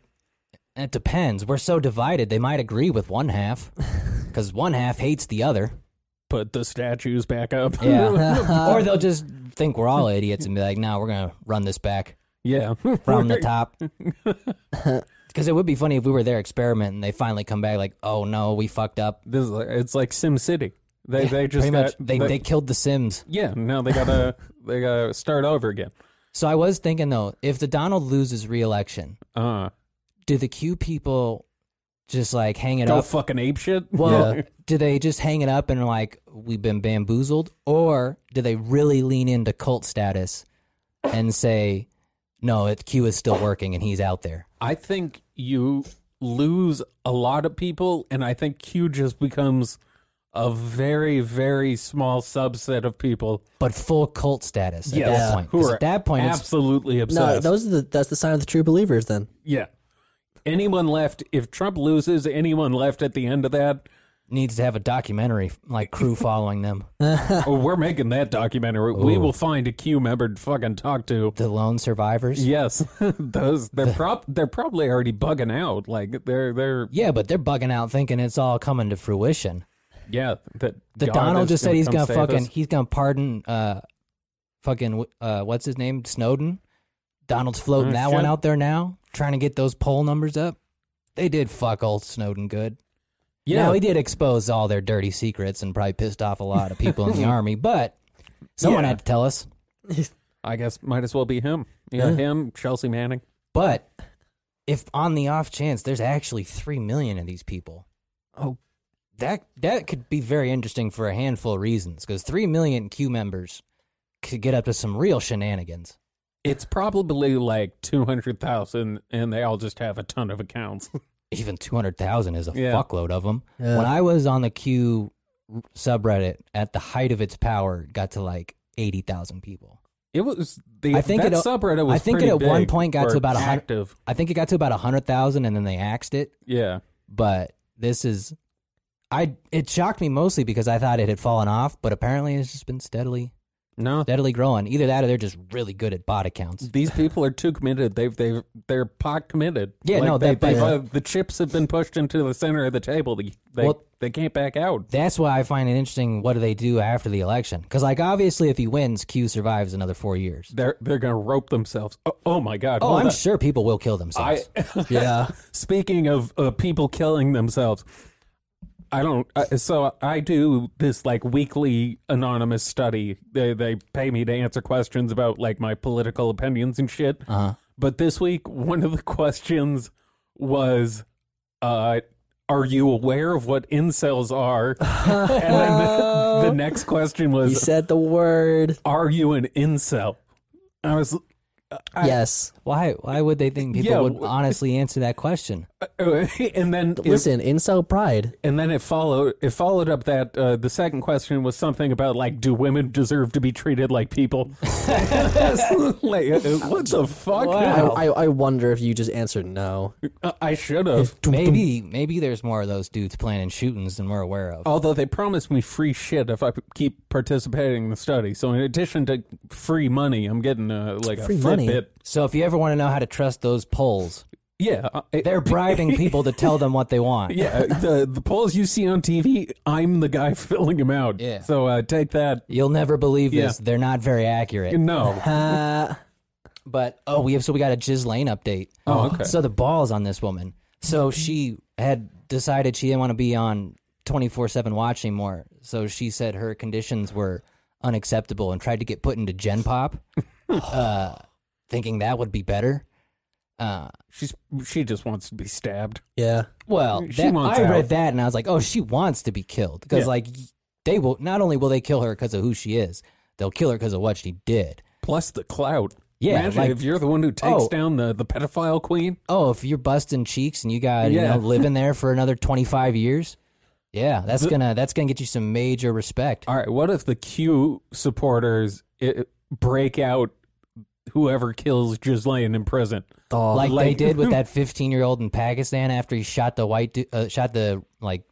D: It depends. We're so divided, they might agree with one half because one half hates the other.
C: put the statues back up.
D: Yeah. or they'll just think we're all idiots and be like, no, we're going to run this back
C: yeah.
D: from the top. Because it would be funny if we were their experiment and they finally come back like, oh no, we fucked up.
C: This is like, it's like Sim City. They they just
D: Pretty much,
C: got-
D: they, they killed the Sims.
C: Yeah, now they gotta they gotta start over again.
D: So I was thinking though, if the Donald loses re-election,
C: Uh
D: do the Q people just like hang it
C: go
D: up?
C: fucking ape shit.
D: well,
E: Yeah.
D: do they just hang it up and like we've been bamboozled, or do they really lean into cult status and say, no, it, Q is still working and he's out there?
C: I think you lose a lot of people and I think Q just becomes a very, very small subset of people
D: But full cult status at
C: Yes.
D: that point.
C: who
D: 'Cause
C: are
D: at that point, it's,
C: absolutely obsessed.
E: No, those are the, that's the sign of the true believers then.
C: yeah. Anyone left if Trump loses, anyone left at the end of that,
D: needs to have a documentary like crew following them.
C: oh, we're making that documentary. We will find a Q member to fucking talk to.
D: The lone survivors.
C: Yes, those they're prob they're probably already bugging out. Like they're they're
D: Yeah, but they're bugging out thinking it's all coming to fruition.
C: yeah. That
D: The
C: God
D: Donald
C: is
D: just said he's
C: come
D: gonna
C: save
D: fucking
C: us.
D: he's gonna pardon uh fucking uh what's his name Snowden. Donald's floating
C: Oh,
D: that one
C: shit.
D: out there now, trying to get those poll numbers up. They did fuck old Snowden good.
C: yeah.
D: now, he did expose all their dirty secrets and probably pissed off a lot of people in the army, but someone
C: Yeah.
D: had to tell us.
C: I guess might as well be him. Yeah, him, Chelsea Manning.
D: But if on the off chance there's actually three million of these people,
E: Oh.
D: that that could be very interesting for a handful of reasons. Because three million Q members could get up to some real shenanigans.
C: It's probably like two hundred thousand, and they all just have a ton of accounts.
D: Even two hundred thousand is a
C: Yeah.
D: fuckload of them.
E: Yeah.
D: When I was on the Q subreddit at the height of its power, it got to like eighty thousand people.
C: It was the
D: I think
C: that
D: it-
C: subreddit was.
D: I think
C: pretty
D: it at one
C: big
D: point got
C: or
D: to about a hun-
C: active.
D: I think it got to about hundred thousand, and then they axed it.
C: Yeah,
D: but this is I it shocked me mostly because I thought it had fallen off, but apparently it's just been steadily
C: no,
D: steadily growing. Either that or they're just really good at bot accounts.
C: these people are too committed. They've they've they're pot committed.
D: Yeah, no,
C: they,
D: that- but-
C: they've, uh, the chips have been pushed into the center of the table. They they,
D: Well-
C: they can't back out.
D: That's why I find it interesting what do they do after the election? Cuz like obviously if he wins, Q survives another 4 years.
C: They're they're gonna rope themselves. Oh, oh my god!
D: Oh,
C: hold
D: I'm
C: on.
D: sure people will kill
C: I
D: themselves.
E: Yeah.
C: Speaking of uh, people killing themselves, I don't. I, so I do this like weekly anonymous study. They they pay me to answer questions about like my political opinions and shit.
D: Uh-huh.
C: But this week, one of the questions was, uh, Are you aware of what incels are? and then the, the next question
E: He
C: was,
E: said the word.
C: Are you an incel? I was, I-
E: yes.
D: Why? Why would they think people
C: Yeah,
D: would
C: w-
D: honestly answer that question?
C: and then it-
E: Listen, incel pride.
C: and then it followed. It followed up that uh, the second question was something about like, do women deserve to be treated like people? like, uh, what the fuck?
E: I,
D: Wow.
E: I, I wonder if you just answered no.
C: I, I should have.
D: Maybe, maybe there's more of those dudes planning shootings than we're aware of.
C: Although they promised me free shit if I p- keep participating in the study, so in addition to free money, I'm getting uh, like
E: Free
C: a
E: money?
C: Fitbit.
D: So if you ever want to know how to trust those polls,
C: Yeah, I-
D: they're bribing people to tell them what they want.
C: yeah. the the polls you see on TV, I'm the guy filling them out.
D: Yeah.
C: So uh, take that.
D: You'll never believe
C: Yeah.
D: this. They're not very accurate.
C: No.
E: Uh,
D: But oh, we have so we got a Jiz Lane update. Uh,
C: Oh, okay.
D: So the balls on this woman. So she had decided she didn't want to be on twenty four seven watch anymore. So she said her conditions were unacceptable and tried to get put into Gen Pop, uh, thinking that would be better. Uh,
C: She's she just wants to be stabbed.
E: yeah.
D: Well,
C: She
D: that,
C: wants
D: I
C: out.
D: read that and I was like, oh, she wants to be killed because
C: Yeah.
D: like they will not only will they kill her because of who she is, they'll kill her because of what she did.
C: Plus the clout.
D: Yeah,
C: Imagine
D: like-
C: if you're the one who takes
D: Oh.
C: down the, the pedophile queen.
D: Oh, if you're busting cheeks and you got
C: Yeah.
D: you know living there for another twenty five years, yeah, that's gonna that's gonna get you some major respect.
C: All right, what if the Q supporters i break out whoever kills Ghislaine in prison?
E: Oh,
D: like,
C: like-
D: they did with that 15 year old in Pakistan after he shot the white du- uh, shot the like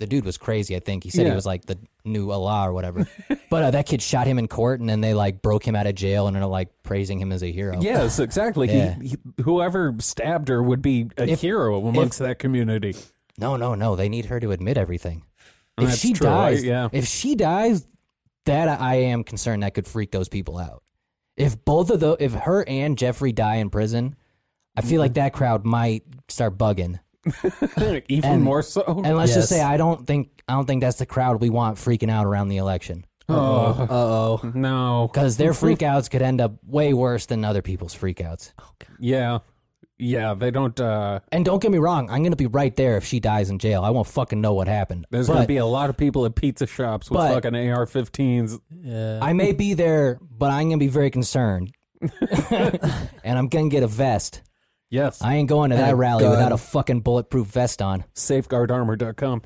D: the dude was crazy I think he said
C: Yeah.
D: he was like the new Allah or whatever but uh, that kid shot him in court and then they like broke him out of jail and are like praising him as a hero
C: Yes, exactly. He-
D: Yeah.
C: He, whoever stabbed her would be a
D: If-
C: hero amongst that community.
D: no no no they need her to admit everything if
C: That's
D: she
C: true, I-
D: dies
C: yeah.
D: if she dies that I am concerned that could freak those people out if both of the if her and Jeffrey die in prison I feel like
C: Mm-hmm.
D: that crowd might start bugging
C: Even
D: And-
C: more so.
D: And let's just
E: Yes.
D: say I don't think I don't think that's the crowd we want freaking out around the election
C: oh,
E: Uh-oh.
C: no.
D: because their
C: Mm-hmm.
D: freakouts could end up way worse than other people's freakouts.
C: Yeah. Yeah, they don't uh
D: And don't get me wrong, I'm gonna be right there if she dies in jail. I won't fucking know what happened.
C: there's
D: but
C: gonna be a lot of people at pizza shops with
D: but-
C: fucking AR fifteens.
D: I may be there, but I'm gonna be very concerned. and I'm gonna get a vest.
C: Yes.
D: I ain't going to
E: And
D: that
E: a
D: rally
E: gun.
D: without a fucking bulletproof vest on.
C: Safeguardarmor.com.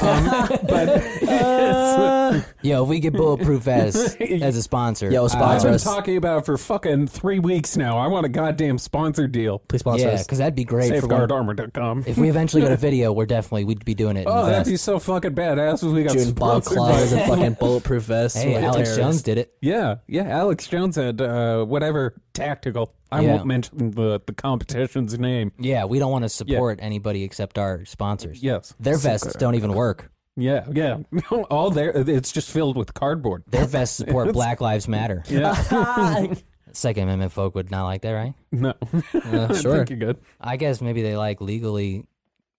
C: Um, but
D: Yo, if we get bulletproof vests as a sponsor,
E: Yo,
D: I-
C: I've
E: sponsor
C: been
E: us.
C: talking about it for fucking three weeks now. I want a goddamn sponsor deal.
E: Please sponsor
D: yeah,
E: us.
D: because that'd be great. For when,
C: Safeguardarmor.com.
D: if we eventually get a video, we're definitely we'd be doing it. in
C: Oh, that'd
D: vests.
C: be so fucking badass if we got
E: Doing bomb
C: sponsored by
E: claws and fucking bulletproof vests.
D: Hey,
E: What a
D: Alex
E: terrorist.
D: Jones did it.
C: Yeah, yeah. Alex Jones had uh, whatever tactical. I
D: Yeah.
C: won't mention the, the competition's name.
D: Yeah, we don't want to support anybody except our sponsors.
C: Yes.
D: Their vests don't even work.
C: Yeah, yeah. All there. It's just filled with cardboard.
D: Their vests support Black Lives Matter.
C: Yeah.
D: Second Amendment folk would not like that, right?
C: no. I
E: Sure.
C: think you're good.
D: I guess maybe they like legally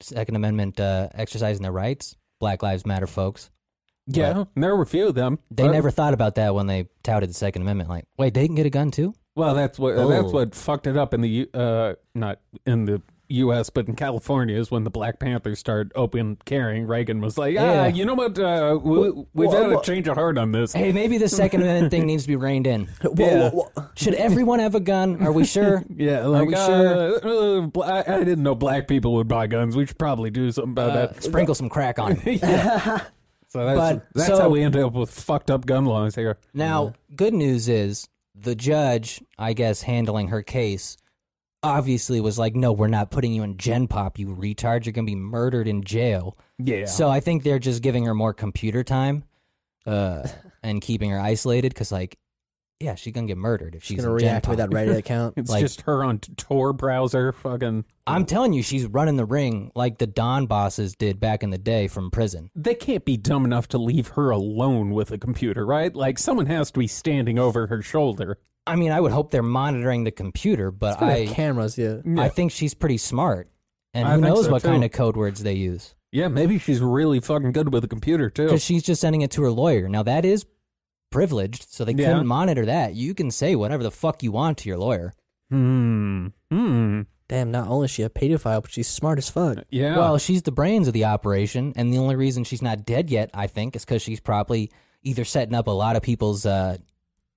D: Second Amendment uh, exercising their rights. Black Lives Matter folks.
C: Yeah. and there were a few of them.
D: They
C: but-
D: never thought about that when they touted the Second Amendment. Like, wait, they can get a gun too?
C: Well, that's what that's
D: Oh.
C: what fucked it up in the U- uh not in the U.S. but in California is when the Black Panthers started open carrying. Reagan was like, ah,
D: Yeah.
C: you know what? Uh, we, we've
E: wha-
C: had a
E: wha-
C: change of heart on this.
D: Hey, maybe the Second Amendment thing needs to be reined in.
E: Whoa,
C: Yeah.
E: whoa, whoa.
D: Should everyone have a gun? Are we sure?
C: Yeah, like
D: we
C: uh, uh, bla- I, I didn't know black people would buy guns. We should probably do something about
D: Uh,
C: that.
D: sprinkle some crack on it.
C: So that's,
D: but-
C: that's
D: so-
C: how we end up with fucked up gun laws here.
D: Now, good news is the judge, I guess, handling her case obviously was like, no, we're not putting you in Gen Pop, you retard. You're going to be murdered in jail.
C: Yeah.
D: So I think they're just giving her more computer time uh, and keeping her isolated because, like, yeah, she's going to get murdered if she's,
E: Gonna
D: in Gen
E: react
D: Pop.
E: with that Reddit account.
C: it's
D: like-
C: just her on Tor browser, fucking.
D: I'm telling you, she's running the ring like the Don bosses did back in the day from prison.
C: They can't be dumb enough to leave her alone with a computer, right? Like someone has to be standing over her shoulder.
D: I mean, I would hope they're monitoring the computer, but
E: They have
D: I,
E: cameras, yeah.
D: I think she's pretty smart. And
C: I
D: who
C: think
D: knows
C: so,
D: what
C: too.
D: kind of code words they use.
C: Yeah, maybe she's really fucking good with a computer too.
D: because she's just sending it to her lawyer. Now that is privileged, so they
C: Yeah.
D: couldn't monitor that. You can say whatever the fuck you want to your lawyer.
C: Hmm. Hmm.
E: Damn, not only is she a pedophile, but she's smart as fuck.
C: Yeah.
D: Well, she's the brains of the operation, and the only reason she's not dead yet, I think, is because she's probably either setting up a lot of people's uh,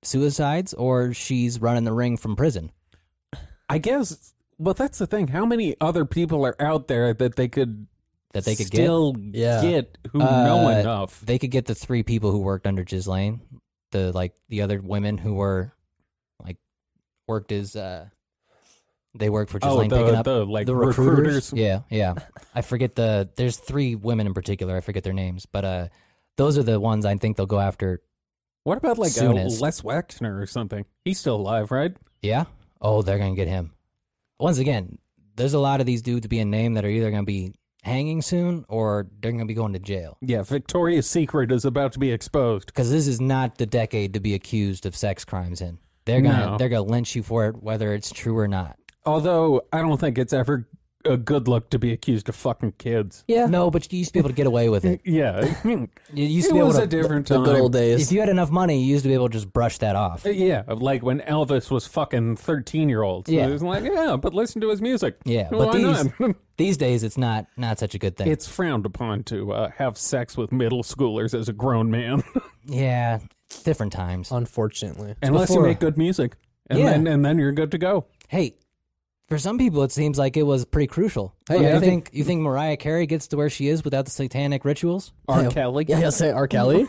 D: suicides or she's running the ring from prison.
C: I guess. Well, that's the thing. How many other people are out there that they could
D: That they could
C: still
E: Yeah.
C: get who
D: Uh,
C: know enough?
D: get. They could get the three people who worked under Ghislaine, the like the other women who were like worked as uh, they worked for
C: Oh,
D: Ghislaine picking
C: the,
D: up
C: the like
D: the
C: recruiters.
D: Yeah, yeah. I forget the there's three women in particular. I forget their names, but uh, those are the ones I think they'll go after.
C: What about like uh,
D: Soonest.
C: Les Wexner or something? He's still alive, right?
D: Yeah. Oh, they're gonna get him. Once again, there's a lot of these dudes being named that are either gonna be hanging soon or they're gonna be going to jail.
C: Yeah. Victoria's Secret is about to be exposed.
D: Because this is not the decade to be accused of sex crimes in. They're gonna
C: No.
D: they're gonna lynch you for it, whether it's true or not.
C: Although I don't think it's ever a good look to be accused of fucking kids.
E: Yeah.
D: No, but you used to be able to get away with it.
C: Yeah. I mean,
D: You used
C: it
D: to be able
C: was
D: to.
C: a different
E: The
C: time. Uh,
E: good old
D: if
E: days.
D: you had enough money, you used to be able to just brush that off.
C: Yeah, of like when Elvis was fucking thirteen year old.
D: Yeah.
C: it was like yeah, but listen to his music.
D: Yeah,
C: Why
D: but these
C: not?
D: these days it's not not such a good thing.
C: it's frowned upon to uh, have sex with middle schoolers as a grown man,
D: yeah, different times.
E: Unfortunately.
C: unless
D: before-
C: you make good music, and
D: Yeah.
C: then and then you're good to go.
D: Hey, for some people, it seems like it was pretty crucial.
E: Hey,
D: you
E: I
D: think,
E: think-
D: you think Mariah Carey gets to where she is without the satanic rituals?
C: R.
E: Yeah.
C: Kelly.
E: Yeah, I'll say R. Kelly.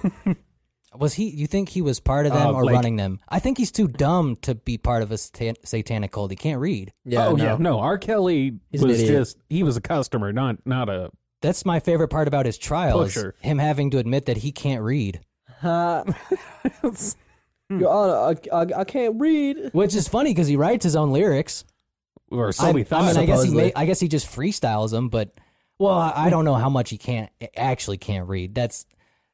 D: Was he? You think he was part of them
C: Uh,
D: or
C: like-
D: running them? I think he's too dumb to be part of a satan- satanic cult. He can't read.
E: Yeah,
C: oh
E: no.
C: yeah, no. R. Kelly
E: He's an
C: was
E: idiot.
C: just he was a customer, not not a
D: That's my favorite part about his trial is
C: Pusher.
D: him having to admit that he can't read,
E: Uh, Your Honor, I, I, I can't read.
D: which is funny because he writes his own lyrics.
C: or so
D: I,
C: we thought.
D: I mean, I guess he
E: supposedly.
D: may, I guess he just freestyles them, but well, I, I don't know how much he can't actually can't read. That's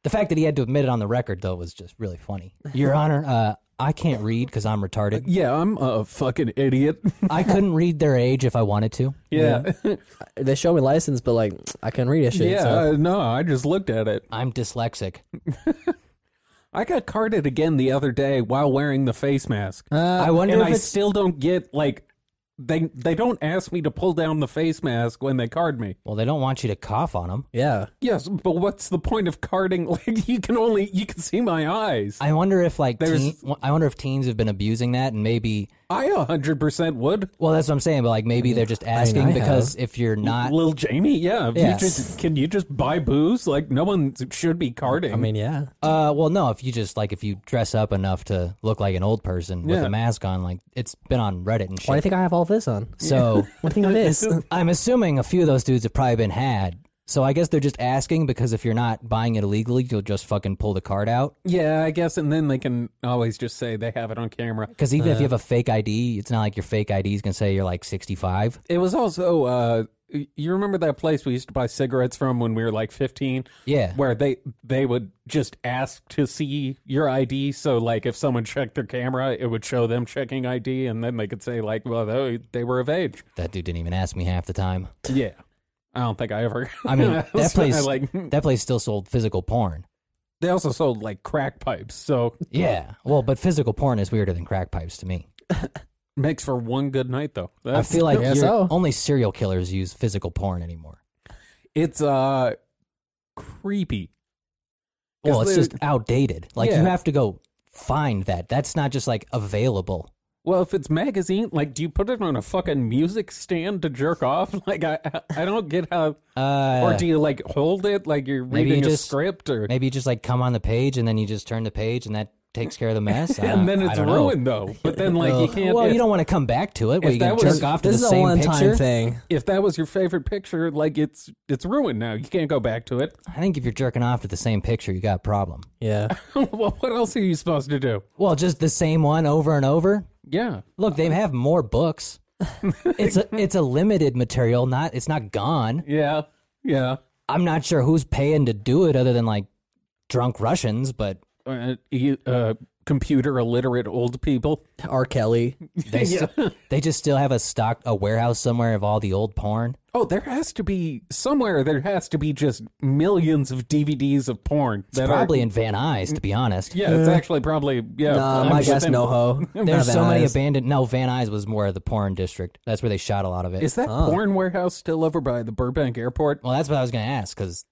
D: the fact that he had to admit it on the record though was just really funny. Your Honor, uh, I can't read because I'm retarded.
C: yeah, I'm a fucking idiot.
D: I couldn't read their age if I wanted to.
C: yeah, yeah.
E: They show me license, but like I can't read that shit. so.
C: uh, no, I just looked at it.
D: I'm dyslexic.
C: Uh, I got carded again the other day while wearing the face mask.
D: I wonder
C: and
D: if
C: I
D: it's
C: still don't get like they they don't ask me to pull down the face mask when they card me.
D: well, they don't want you to cough on them.
E: yeah.
C: Yes, but what's the point of carding? Like you can only you can see my eyes.
D: I wonder if like teen,
C: There's-
D: I wonder if teens have been abusing that and maybe
C: I a hundred percent would.
D: well that's what I'm saying, but like maybe they're just asking
E: I
D: because if you're not
C: Lil Jamie, yeah. if
D: Yeah.
C: You just can you just buy booze? Like no one should be carding.
E: I mean, yeah.
D: Uh, well, no. If you just like, if you dress up enough to look like an old person with
C: Yeah.
D: a mask on, like it's been on Reddit and shit.
E: Why do you think I have all this on?
D: so
E: What do you think of this?
D: I'm assuming a few of those dudes have probably been had. So I guess they're just asking because if you're not buying it illegally, you'll just fucking pull the card out.
C: yeah, I guess, and then they can always just say they have it on camera.
D: Because even if you have a fake ID, it's not like your fake ID is gonna say you're like 65.
C: It was also uh, you remember that place we used to buy cigarettes from when we were like fifteen.
D: Yeah.
C: where they they would just ask to see your ID. So like if someone checked their camera, it would show them checking ID, and then they could say like, well, they, they were of age.
D: That dude didn't even ask me half the time.
C: Yeah, I don't think I ever.
D: I mean,
C: was
D: that place-
C: like hmm.
D: That place still sold physical porn.
C: they also sold like crack pipes, so
D: Yeah. Well, but physical porn is weirder than crack pipes to me.
C: makes for one good night though.
D: I
C: That's,
D: feel like
E: guess
D: you're-
E: so.
D: only serial killers use physical porn anymore.
C: it's uh creepy.
D: Well,
C: 'Cause
D: it's
C: they're-
D: just outdated. Like you
C: Yeah.
D: have to go find that. That's not just like available.
C: Well, if it's magazine, like, do you put it on a fucking music stand to jerk off? Like, I I don't get how.
D: Uh,
C: or do you like hold it like you're
D: maybe
C: reading
D: you
C: a
D: just-
C: script or?
D: maybe you just like come on the page and then you just turn the page and that takes care of the mess. I don't-
C: and then
D: I
C: it's
D: don't know.
C: ruined though. But then like you can't.
D: well,
C: if,
D: you don't want to come back to it. Where
C: if
D: you can
C: that
D: jerk
C: was-
D: off to
E: this
D: the
E: is a
D: same
E: one-time
D: picture.
E: thing.
C: if that was your favorite picture, like it's it's ruined now. You can't go back to it.
D: I think if you're jerking off to the same picture, you got a problem.
E: Yeah.
C: well, what else are you supposed to do?
D: Well, just the same one over and over.
C: Yeah,
D: Look, they have more books. it's a it's a limited material. Not it's not gone.
C: yeah, yeah.
D: I'm not sure who's paying to do it other than like drunk Russians, but
C: Uh, you- uh, computer illiterate old people.
D: R. Kelly. They, st- they just still have a stock, a warehouse somewhere of all the old porn.
C: Oh, there has to be somewhere. There has to be just millions of DVDs of porn.
D: It's probably in Van Nuys, to be honest.
C: yeah, it's actually probably yeah.
E: Nah,
F: Um,
C: I'm
E: my
C: sure
E: guess,
C: they-
E: no ho.
D: There's
E: Not
D: so many
E: badass.
D: abandoned. No, Van Nuys was more of the porn district. That's where they shot a lot of it.
C: Is that porn warehouse still over by the Burbank Airport?
D: well, that's what I was going to ask because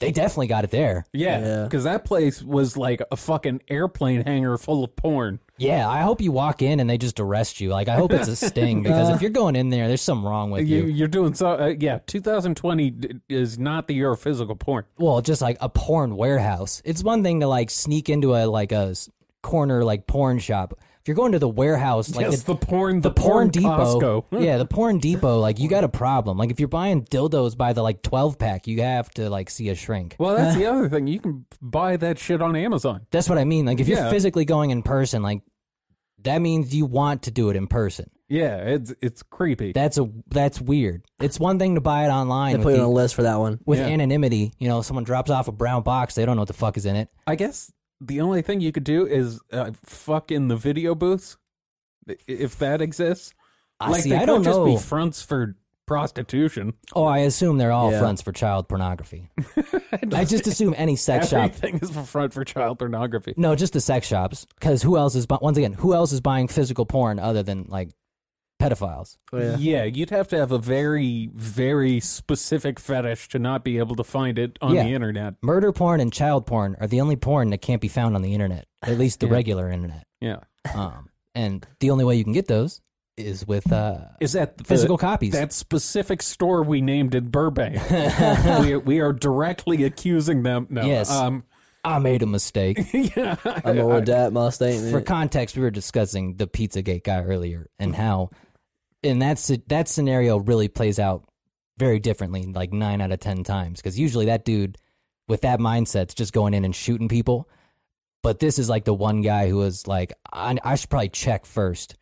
D: they definitely got it there.
C: Yeah, because that place was like a fucking airplane hangar full of porn.
D: Yeah, I hope you walk in and they just arrest you. Like, I hope it's a sting because if you're going in there, there's something wrong with
C: Uh. You,
D: you.
C: you're doing so. Uh, yeah, 2020 d- is not the year of physical porn.
D: Well, just like a porn warehouse. It's one thing to like sneak into a like a s- corner like porn shop. If you're going to the warehouse, like
C: yes,
D: it-
C: the porn, the,
D: the porn, depot.
C: Costco.
D: yeah, the porn depot. Like you got a problem. Like if you're buying dildos by the like twelve pack, you have to like see a shrink.
C: Well, that's the other thing. You can buy that shit on Amazon.
D: That's what I mean. Like if you're
C: Yeah.
D: physically going in person, like that means you want to do it in person.
C: Yeah, it's it's creepy.
D: That's a that's weird. It's one thing to buy it online
E: They
D: with,
E: put it
D: the-
E: on a list for that one.
D: with
C: Yeah.
D: anonymity. You know, someone drops off a brown box, they don't know what the fuck is in it.
C: I guess the only thing you could do is uh, fuck in the video booths, i- if that exists.
D: I
C: like
D: see.
C: they
D: I
C: could
D: don't
C: just
D: know.
C: be fronts for prostitution.
D: Oh, I assume they're all
E: Yeah.
D: fronts for child pornography. I just assume any sex shop.
C: Everything is a front for child pornography.
D: No, just the sex shops. Because who else is bu- once again? Who else is buying physical porn other than like pedophiles?
F: Oh,
E: Oh,
C: Yeah. you'd have to have a very, very specific fetish to not be able to find it on
D: Yeah.
C: the internet.
D: Murder porn and child porn are the only porn that can't be found on the internet, at least the regular internet.
C: Yeah,
D: Um, and the only way you can get those is with uh,
C: is that the-
D: physical copies.
C: That specific store we named in Burbank. we, we are directly accusing them. No,
D: Yes.
C: Um,
D: I made a mistake.
C: yeah,
E: I'm all with that, my
D: For
E: statement.
D: context, we were discussing the Pizzagate guy earlier and how, and that's that scenario really plays out very differently, like nine out of ten times, because usually that dude with that mindset's just going in and shooting people, but this is like the one guy who was like, I, I should probably check first,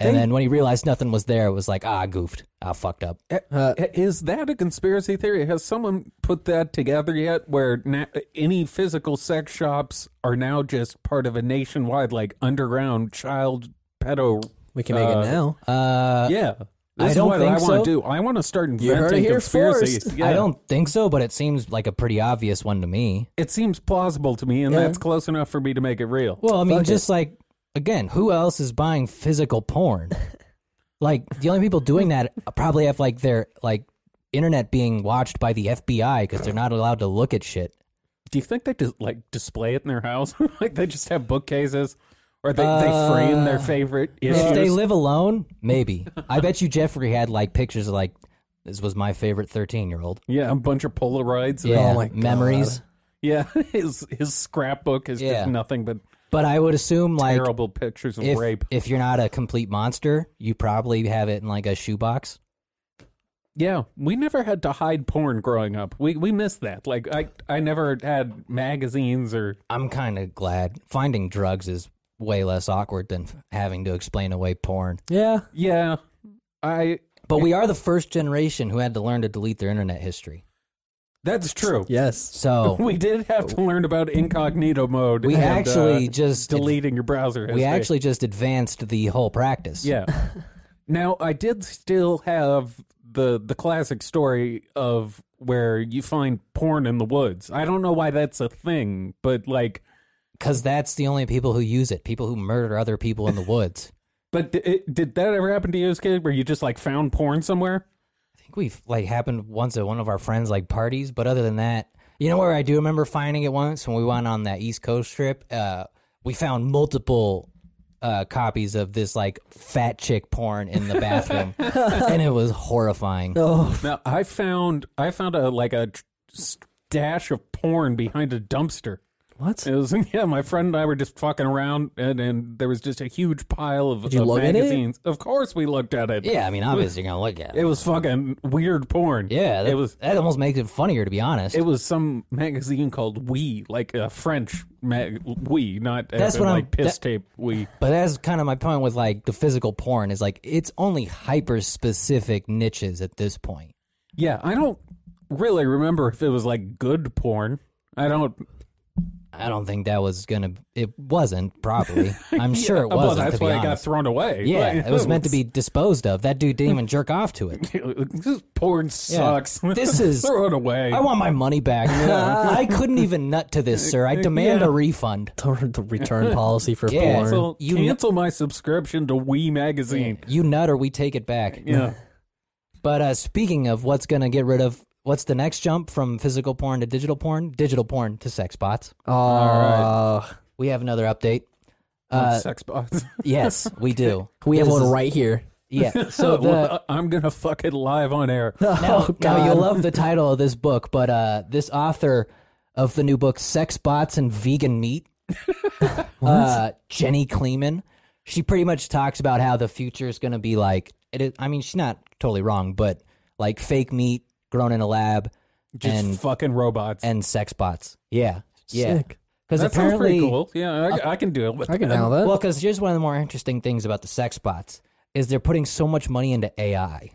D: and then when he realized nothing was there, it was like, ah, I goofed, I fucked up.
E: Uh,
C: Is that a conspiracy theory? Has someone put that together yet? Where na- any physical sex shops are now just part of a nationwide, like underground child pedo.
E: we can make
C: uh,
E: it now.
D: Uh,
C: yeah,
D: I
C: this is
D: don't
C: what
D: think
C: I want
D: so.
C: to do. I want to start
E: You heard it
C: inventing
E: here
C: conspiracies.
E: first.
C: Yeah.
D: I don't think so, but it seems like a pretty obvious one to me.
C: It seems plausible to me, and
E: Yeah.
C: that's close enough for me to make it real.
D: Well, I mean,
E: Fuck it.
D: just like again, who else is buying physical porn? like the only people doing that probably have like their like internet being watched by the FBI because they're not allowed to look at shit.
C: do you think they dis- like display it in their house? like they just have bookcases, or they, they frame their favorite issues.
D: Uh, If they live alone, maybe. I bet you Jeffrey had like pictures of like this was my favorite thirteen year old.
C: yeah, a bunch of Polaroids.
D: Yeah,
C: oh my
D: memories.
C: Yeah, his his scrapbook is
D: Yeah.
C: just nothing but
D: But I would assume like
C: terrible pictures of
D: if
C: rape.
D: if you're not a complete monster, you probably have it in like a shoebox.
C: Yeah, we never had to hide porn growing up. We we missed that. Like I I never had magazines or
D: I'm kind of glad finding drugs is way less awkward than f- having to explain away porn.
E: Yeah.
C: yeah. I
D: But we are the first generation who had to learn to delete their internet history.
C: that's true.
E: Yes.
D: So
C: We did have to learn about incognito mode.
D: Oh. we
C: and,
D: actually
C: uh,
D: just
C: deleting your browser.
D: we
C: history.
D: actually just advanced the whole practice.
C: yeah. now I did still have the the classic story of where you find porn in the woods. I don't know why that's a thing, but like
D: because that's the only people who use it. People who murder other people in the woods.
C: But d- it, did that ever happen to you as a kid, where you just like found porn somewhere?
D: I think we've like happened once at one of our friends like parties, but other than that, you know where I do remember finding it once when we went on that East Coast trip. Uh, we found multiple. Uh, copies of this like fat chick porn in the bathroom, and it was horrifying.
E: Oh,
C: Now I found I found a like a tr- stash of porn behind a dumpster.
E: what?
C: It was yeah, my friend and I were just fucking around, and, and there was just a huge pile of,
E: you
C: of
E: look at it?
C: magazines. Of course, we looked at it.
D: Yeah, I mean, obviously you're gonna look at it.
C: It was fucking weird porn.
D: Yeah, that,
C: it was.
D: that almost makes it funnier to be honest.
C: It was some magazine called We, like a French mag- We, not
D: That's
C: as in,
D: what I'm-
C: like piss
D: that-
C: tape We.
D: but that's kind of my point with like the physical porn is like it's only hyper specific niches at this point.
C: Yeah, I don't really remember if it was like good porn. I don't.
D: I don't think that was gonna. It wasn't probably. I'm sure it
C: Oh, well,
D: wasn't.
C: that's
D: to be
C: why it got
D: honest.
C: thrown away.
D: yeah,
C: Like,
D: it was meant to be disposed of. That dude didn't even jerk off to it.
C: This porn sucks.
D: This is-
C: throw it away.
D: I want my money back. I couldn't even nut to this, sir. I demand
C: Yeah.
D: a refund.
F: The, the return policy for
D: Yeah.
F: porn.
C: cancel,
D: You kn-
C: cancel my subscription to Wii magazine.
D: You nut or we take it back.
C: Yeah.
D: But uh, speaking of what's gonna get rid of, what's the next jump from physical porn to digital porn? Digital porn to sex bots.
F: Oh,
D: We have another update.
C: On
D: Uh,
C: sex bots.
D: yes, we do.
F: we have
D: This
F: one
D: is-
F: right here.
D: Yeah. So the,
C: Well, uh, I'm gonna fuck it live on air.
D: Now,
F: oh,
D: now
F: God.
D: you'll love the title of this book, but uh, this author of the new book, Sex Bots and Vegan Meat, uh, Jenny Kleeman, she pretty much talks about how the future is going to be like, it is, I mean, she's not totally wrong, but like fake meat grown in a lab
C: Just
D: and,
C: fucking robots.
D: and sex bots. Yeah. Yeah.
F: Sick.
D: Because
C: that sounds pretty
D: apparently,
C: cool. Yeah, I, I can do it. With
F: I can handle
E: Oh.
F: that.
D: well, because here's one of the more interesting things about the sex bots is they're putting so much money into AI.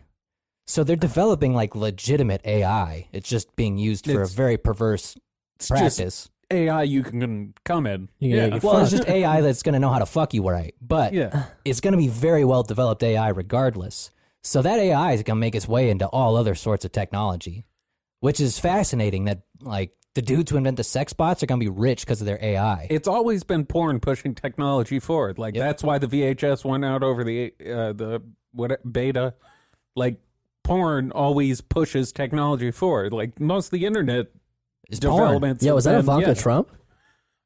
D: So they're developing like legitimate AI. It's just being used for
C: It's-
D: a very perverse
C: It's just
D: practice.
C: AI you can come in.
F: You can
C: yeah.
F: make it
D: well, it's just AI that's going to know how to fuck you right, but
C: yeah.
D: it's going to be very well developed AI regardless. So that AI is going to make its way into all other sorts of technology, which is fascinating. That like the dudes who invent the sex bots are going to be rich because of their AI.
C: It's always been porn pushing technology forward. Like that's why the VHS went out over the uh, the what beta. Like porn always pushes technology forward. Like most of the internet
D: It's porn.
C: developments.
F: Yeah, was that
C: have been-
F: Ivanka
C: yeah.
F: Trump?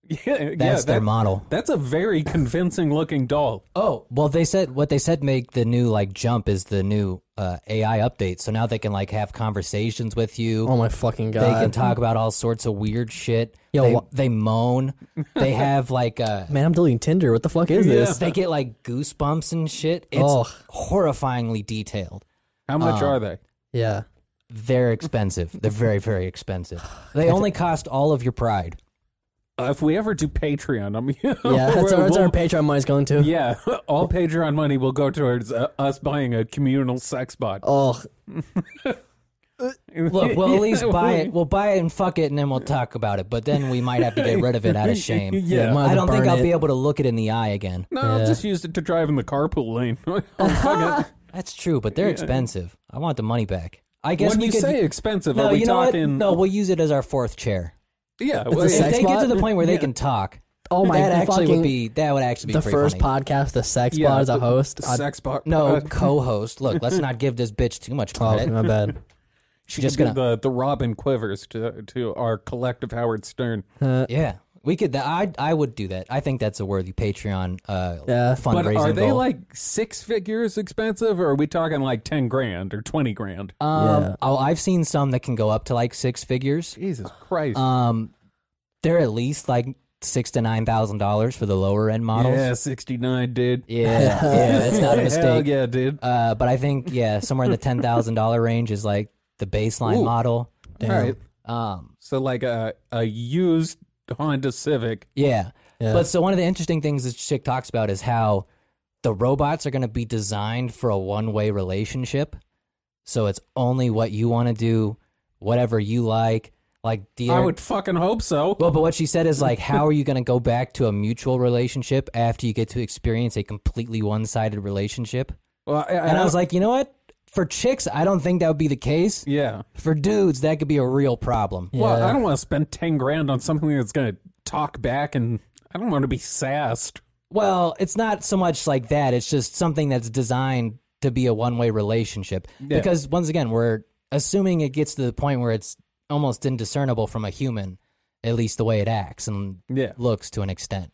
C: Yeah, yeah,
D: That's their
C: that-
D: model.
C: That's a very convincing looking doll.
D: Oh, well they said what they said make the new like jump is the new uh, AI update. So now they can like have conversations with you.
F: Oh my fucking god!
D: They can talk about all sorts of weird shit.
F: Yo,
D: they,
F: wha-
D: they moan. They have like uh
F: Man, I'm deleting Tinder. What the fuck is this?
D: they get like goosebumps and shit. It's
F: Ugh.
D: horrifyingly detailed.
C: How
D: Uh,
C: much are they?
F: Yeah.
D: They're expensive. They're very very expensive. They only cost all of your pride.
C: Uh, if we ever do Patreon, I'm
F: Yeah, that's, our, that's
C: we'll-
F: our Patreon money's going to.
C: Yeah, all Patreon money will go towards uh, us buying a communal sex bot.
F: Oh,
D: Look, we'll at least buy it. We'll buy it and fuck it, and then we'll talk about it. But then we might have to get rid of it out of shame.
C: Yeah.
F: might as well
D: I don't think
F: burn
D: I'll
F: it.
D: be able to look it in the eye again.
C: No, I'll just use it to drive in the carpool lane. Oh, fuck it.
D: That's true, but they're expensive. I want the money back. I guess
C: when
D: we
C: you
D: could,
C: say expensive,
D: no,
C: are we
D: you know what?
C: talking?
D: No, we'll use it as our fourth chair.
C: yeah,
F: a
C: well,
D: If
F: sex
D: they get
F: bot?
D: to the point where they
C: Yeah.
D: can talk,
F: oh my!
D: that actually
F: fucking-
D: would be that would actually be
F: the
D: pretty
F: first
D: funny.
F: podcast, the sex
C: yeah,
F: bot as a
C: the-
F: host.
C: the
F: I-
C: sex bot.
D: No
C: uh,
D: co-host. Look, let's not give this bitch too much
F: oh,
D: credit.
F: my bad.
C: she
D: just
C: could
D: gonna-
C: do the the Robin quivers to to our collective Howard Stern.
D: Yeah, we could. I I would do that. I think that's a worthy Patreon uh,
F: Yeah.
D: fundraising
C: But are they
D: goal.
C: like six figures expensive, or are we talking like ten grand or twenty grand?
D: um,
F: Yeah.
D: Oh, I've seen some that can go up to like six figures.
C: Jesus Christ!
D: Um, they're at least like six to nine thousand dollars for the lower end models.
C: yeah, sixty nine, dude.
D: Yeah, yeah, that's not a
C: Hell
D: mistake.
C: yeah, dude.
D: Uh, but I think yeah, somewhere in the ten thousand dollar range is like the baseline
C: Ooh.
D: model.
C: All right.
D: Um,
C: So like a a used Honda Civic.
D: yeah.
F: Yeah.
D: But so one of the interesting things this chick talks about is how the robots are going to be designed for a one way relationship. So it's only what you want to do, whatever you like. Like the
C: I would fucking hope so.
D: well, but what she said is like, how are you going to go back to a mutual relationship after you get to experience a completely one sided relationship?
C: Well, I,
D: And I was
C: like,
D: like, you know what? For chicks, I don't think that would be the case.
C: yeah.
D: For dudes, that could be a real problem.
C: Well,
F: Yeah.
C: I don't want to spend ten grand on something that's gonna talk back, and I don't want to be sassed.
D: Well, it's not so much like that. It's just something that's designed to be a one way relationship. Because once again, we're assuming it gets to the point where it's almost indiscernible from a human, at least the way it acts and
C: Yeah.
D: looks to an extent.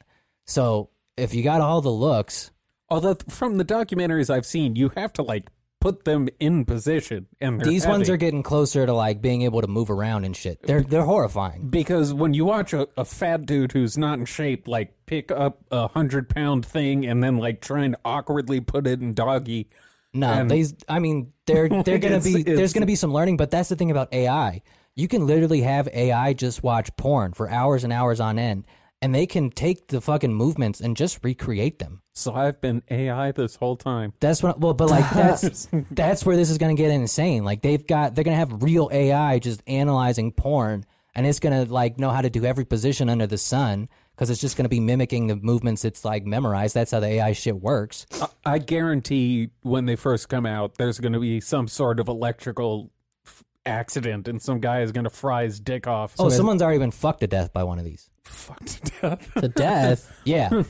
D: So if you got all the looks,
C: Although th- from the documentaries I've seen, you have to like put them in position, and they're
D: these ones
C: heavy.
D: are getting closer to like being able to move around and shit. They're they're horrifying.
C: because when you watch a, a fat dude who's not in shape like pick up a hundred pound thing and then like try and awkwardly put it in doggy,
D: No, these I mean they're they're gonna
C: It's-
D: be there's
C: it's-
D: gonna be some learning, but that's the thing about AI. You can literally have AI just watch porn for hours and hours on end, and they can take the fucking movements and just recreate them.
C: so I've been AI this whole time.
D: That's what well, but like that's that's where this is gonna get insane. Like they've got they're gonna have real AI just analyzing porn and it's gonna like know how to do every position under the sun because it's just gonna be mimicking the movements it's like memorized. That's how the AI shit works.
C: I guarantee when they first come out, there's going to be some sort of electrical f- accident, and some guy is going to fry his dick off.
D: oh, someone's already been fucked to death by one of these.
C: fucked to death.
F: to death.
D: Yeah,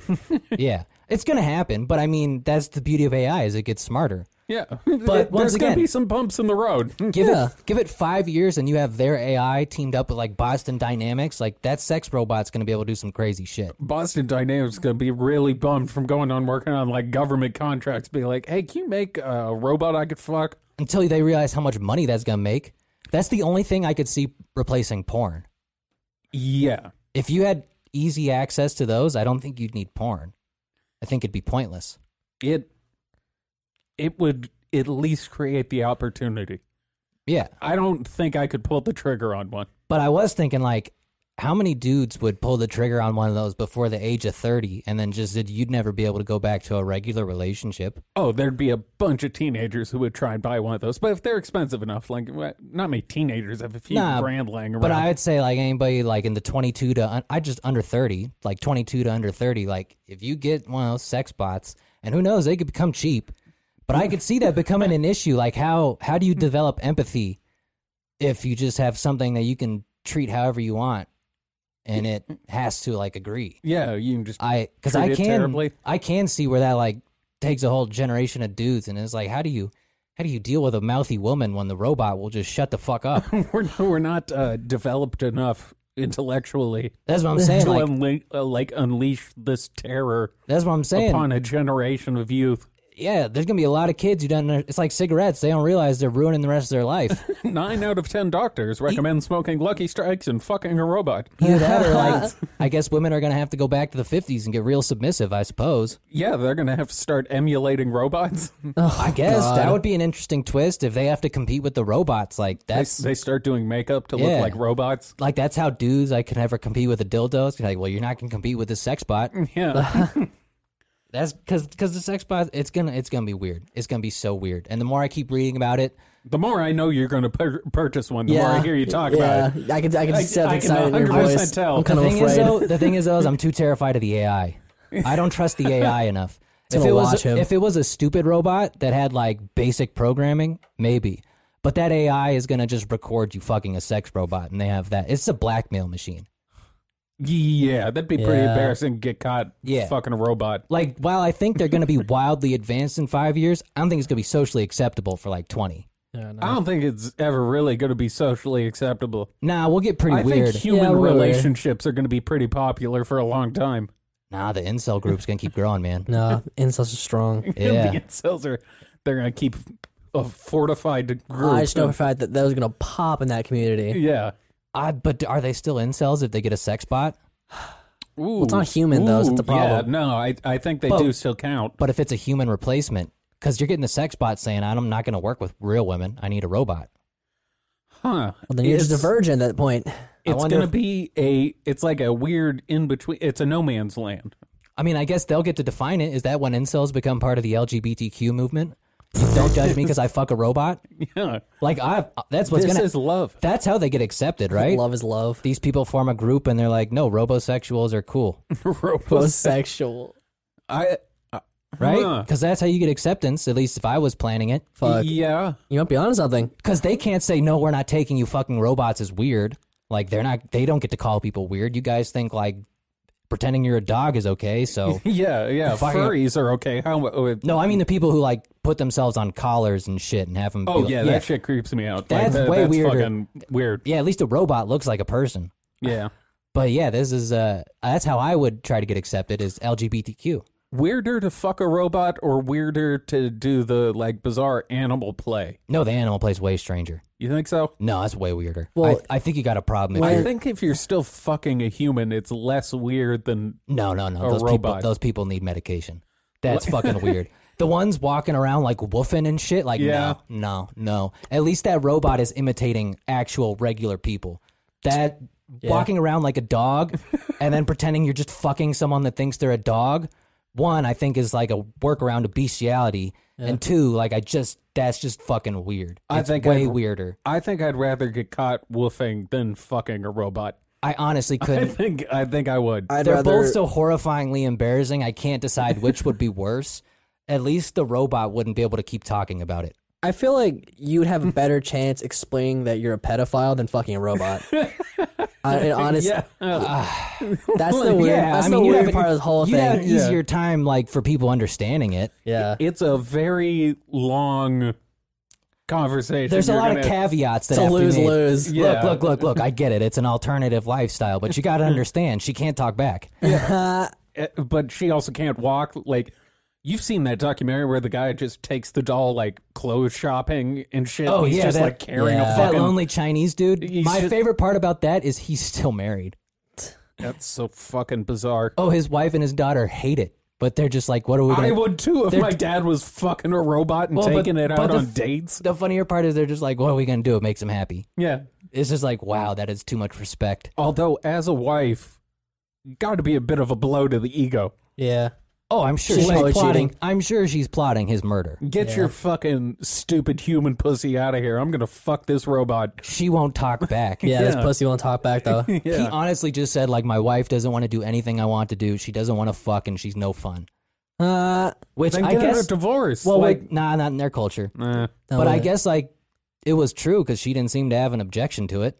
D: yeah, it's gonna happen. But I mean, that's the beauty of AI is it gets smarter.
C: Yeah,
D: But once
C: there's going
D: again-
C: to be some bumps in the road.
D: Give it give it five years and you have their AI teamed up with like Boston Dynamics. Like that sex robot's gonna be able to do some crazy shit.
C: Boston Dynamics is going to be really bummed from going on working on like government contracts. Be like, hey, can you make a robot I could fuck?
D: Until they realize how much money that's gonna make. That's the only thing I could see replacing porn.
C: Yeah,
D: If you had easy access to those, I don't think you'd need porn. I think it'd be pointless.
C: it it would at least create the opportunity.
D: Yeah.
C: I don't think I could pull the trigger on one.
D: But I was thinking like how many dudes would pull the trigger on one of those before the age of 30 and then just that you'd never be able to go back to a regular relationship?
C: Oh, there'd be a bunch of teenagers who would try and buy one of those. But if they're expensive enough, like what- not many teenagers have a few
D: Nah,
C: grand laying around.
D: But I would say like anybody like in the 22 to un- I just under 30, like 22 to under 30, like if you get one of those sex bots, and who knows, they could become cheap. But I could see that becoming an issue. Like how how do you develop empathy if you just have something that you can treat however you want, and it has to like agree.
C: yeah, you can just
D: I because
C: Treat
D: I
C: it
D: can
C: terribly.
D: I can see where that like takes a whole generation of dudes, and it's like how do you how do you deal with a mouthy woman when the robot will just shut the fuck up?
C: we're we're not uh, developed enough intellectually
D: That's what I'm saying.
C: to
D: like,
C: unle- uh, like unleash this terror
D: That's what I'm saying.
C: upon a generation of youth.
D: yeah, there's gonna be a lot of kids who don't. It's like cigarettes; they don't realize they're ruining the rest of their life.
C: Nine out of ten doctors recommend smoking Lucky Strikes and fucking a robot.
D: Either that, or like, I guess women are gonna have to go back to the '50s and get real submissive. I suppose.
C: Yeah, they're gonna have to start emulating robots.
D: I guess that would be an interesting twist if they have to compete with the robots. Like
C: They,
D: that's
C: they start doing makeup to
D: Yeah.
C: look like robots.
D: like that's how dudes I can never compete with a dildo. It's like, well, you're not gonna compete with the sex bot.
C: Yeah,
D: That's because because the sex bot it's gonna it's gonna be weird. It's gonna be so weird. And the more I keep reading about it,
C: the more I know you're gonna pur- purchase one, the more I hear you talk
F: yeah.
C: about it.
F: I can, I can
C: I-
F: just tell
C: I
F: the
C: can
F: excitement in your
C: 100%
F: voice.
C: tell.
F: I'm kind
D: the
F: of
D: thing is
F: afraid.
D: though, the thing is though, is I'm too terrified of the AI. I don't trust the AI enough. If
F: gonna
D: it was
F: watch him.
D: if it was a stupid robot that had like basic programming, maybe. But that AI is gonna just record you fucking a sex robot, and they have that. It's a blackmail machine.
C: Yeah, that'd be pretty
F: Yeah.
C: embarrassing. to Get caught
D: Yeah.
C: fucking a robot.
D: Like while I think they're gonna be wildly advanced in five years, I don't think it's gonna be socially acceptable for like twenty.
F: Yeah, no.
C: I don't think it's ever really going to be socially acceptable.
D: Nah, we'll get pretty
C: I
D: weird.
C: think human
F: Yeah, we're weird.
C: relationships are going to be pretty popular for a long time.
D: Nah, the incel group's gonna keep growing, man.
F: No, insults are strong.
D: Yeah.
C: the incels are they're going to keep a fortified group.
F: I just know for a
C: of-
F: fact that that was going to pop in that community.
C: yeah.
D: I, but are they still incels if they get a sex bot?
F: it's not human, though, so it's a problem.
C: Yeah, no, I I think they do still count.
D: But if it's a human replacement, because you're getting the sex bot saying, "I'm not going to work with real women. I need a robot."
C: Huh.
F: Well, then you're
C: it's,
F: just a virgin at that point.
C: It's
D: wonder
C: going to be a it's like a weird in between. It's a no man's land.
D: I mean, I guess they'll get to define it. Is that when incels become part of the LGBTQ movement? Don't judge me because I fuck a robot.
C: Yeah.
D: Like I, uh, that's what's
C: this
D: gonna.
C: is love.
D: that's how they get accepted, right?
F: Love is love.
D: These people form a group and they're like, "No, robosexuals are cool,"
C: Robos.
F: Homosexual.
C: I, I
D: right?
C: Huh.
D: Because that's how you get acceptance. At least if I was planning it,
F: Fuck.
C: Yeah.
F: You might be onto something.
D: because they can't say no we're not taking you fucking robots is weird like they're not they don't get to call people weird you guys think like pretending you're a dog is okay so
C: Yeah, yeah.
D: Fucking-
C: Furries are okay. How? Oh, it-
D: no i mean the people who like put themselves on collars and shit and have them
C: oh
D: be,
C: yeah, that shit creeps me out.
D: That's
C: that-
D: way
C: that's
D: weirder.
C: Fucking weird.
D: yeah at least a robot looks like a person
C: Yeah,
D: but yeah this is uh that's how i would try to get accepted is lgbtq
C: weirder to fuck a robot or weirder to do the like bizarre animal play.
D: no the animal plays way stranger
C: You think so?
D: no that's way weirder
F: Well-
D: I, I think you got a problem if
C: I
D: you're,
C: think if you're still fucking a human, it's less weird than
D: No, no, no.
C: a
D: Those people,
C: robot.
D: those people need medication. That's fucking weird. The ones walking around like woofing and shit, like
C: Yeah.
D: no, no, no. At least that robot is imitating actual regular people. That walking around like a dog and then pretending you're just fucking someone that thinks they're a dog. One, I think is like a workaround to bestiality, and two, like I just that's just fucking weird.
C: I
D: It's
C: think
D: way
C: I'd-
D: weirder.
C: I think I'd rather get caught woofing than fucking a robot.
D: I honestly
C: I
D: couldn't.
C: think I think I would.
E: I'd
D: They're
E: rather
D: both so horrifyingly embarrassing. I can't decide which would be worse. At least the robot wouldn't be able to keep talking about it.
F: I feel like you'd have a better chance explaining that you're a pedophile than fucking a robot. I mean, honestly,
C: yeah.
F: that's the weird.
D: Yeah,
F: that's
D: I mean,
F: the
D: you
F: weird
D: have-
F: part of the whole
D: You'd have
F: thing.
D: an easier time, like for people understanding it.
F: yeah.
C: it's a very long conversation.
D: There's a
C: You're
D: lot of
C: gonna-
D: caveats that
F: It's a
D: have to be
F: lose
D: made.
F: lose.
C: Yeah.
D: Look, look, look, look. I get it. It's an alternative lifestyle, but you got to understand, she can't talk back.
C: eh, but she also can't walk. Like you've seen that documentary where the guy just takes the doll like clothes shopping and shit.
D: Oh,
C: he's
D: yeah,
C: just
D: that-
C: like carrying
F: yeah.
C: a
D: That
C: fucking.
D: lonely Chinese dude.
C: He's
D: My
C: just-
D: favorite part about that is he's still married.
C: That's so fucking bizarre.
D: Oh, his wife and his daughter hate it, but they're just like, what are we going to
C: I would too if
D: Oh, They're-
C: my dad was fucking a robot and
D: Well, but-
C: taking it
D: but
C: out
D: the
C: on
D: f-
C: dates.
D: The funnier part is they're just like, what are we going to do? It makes him happy.
C: Yeah.
D: It's just like, wow, that is too much respect.
C: Although, as a wife, got to be a bit of a blow to the ego.
F: Yeah.
D: Oh, I'm sure
F: She's
D: she's,
F: probably
D: plotting.
F: cheating.
D: I'm sure she's plotting his murder.
C: Get your fucking stupid human pussy out of here. I'm going to fuck this robot.
D: She won't talk back.
F: Yeah, this
C: Yeah.
F: pussy won't talk back though.
D: He honestly just said, like, my wife doesn't want to do anything I want to do. She doesn't want to fuck, and she's no fun.
F: Uh,
D: Which
C: Then
D: I
C: get
D: guess,
C: a divorce.
D: well,
C: like,
D: like, nah, not in their culture.
C: eh.
D: but I guess like it was true because she didn't seem to have an objection to it.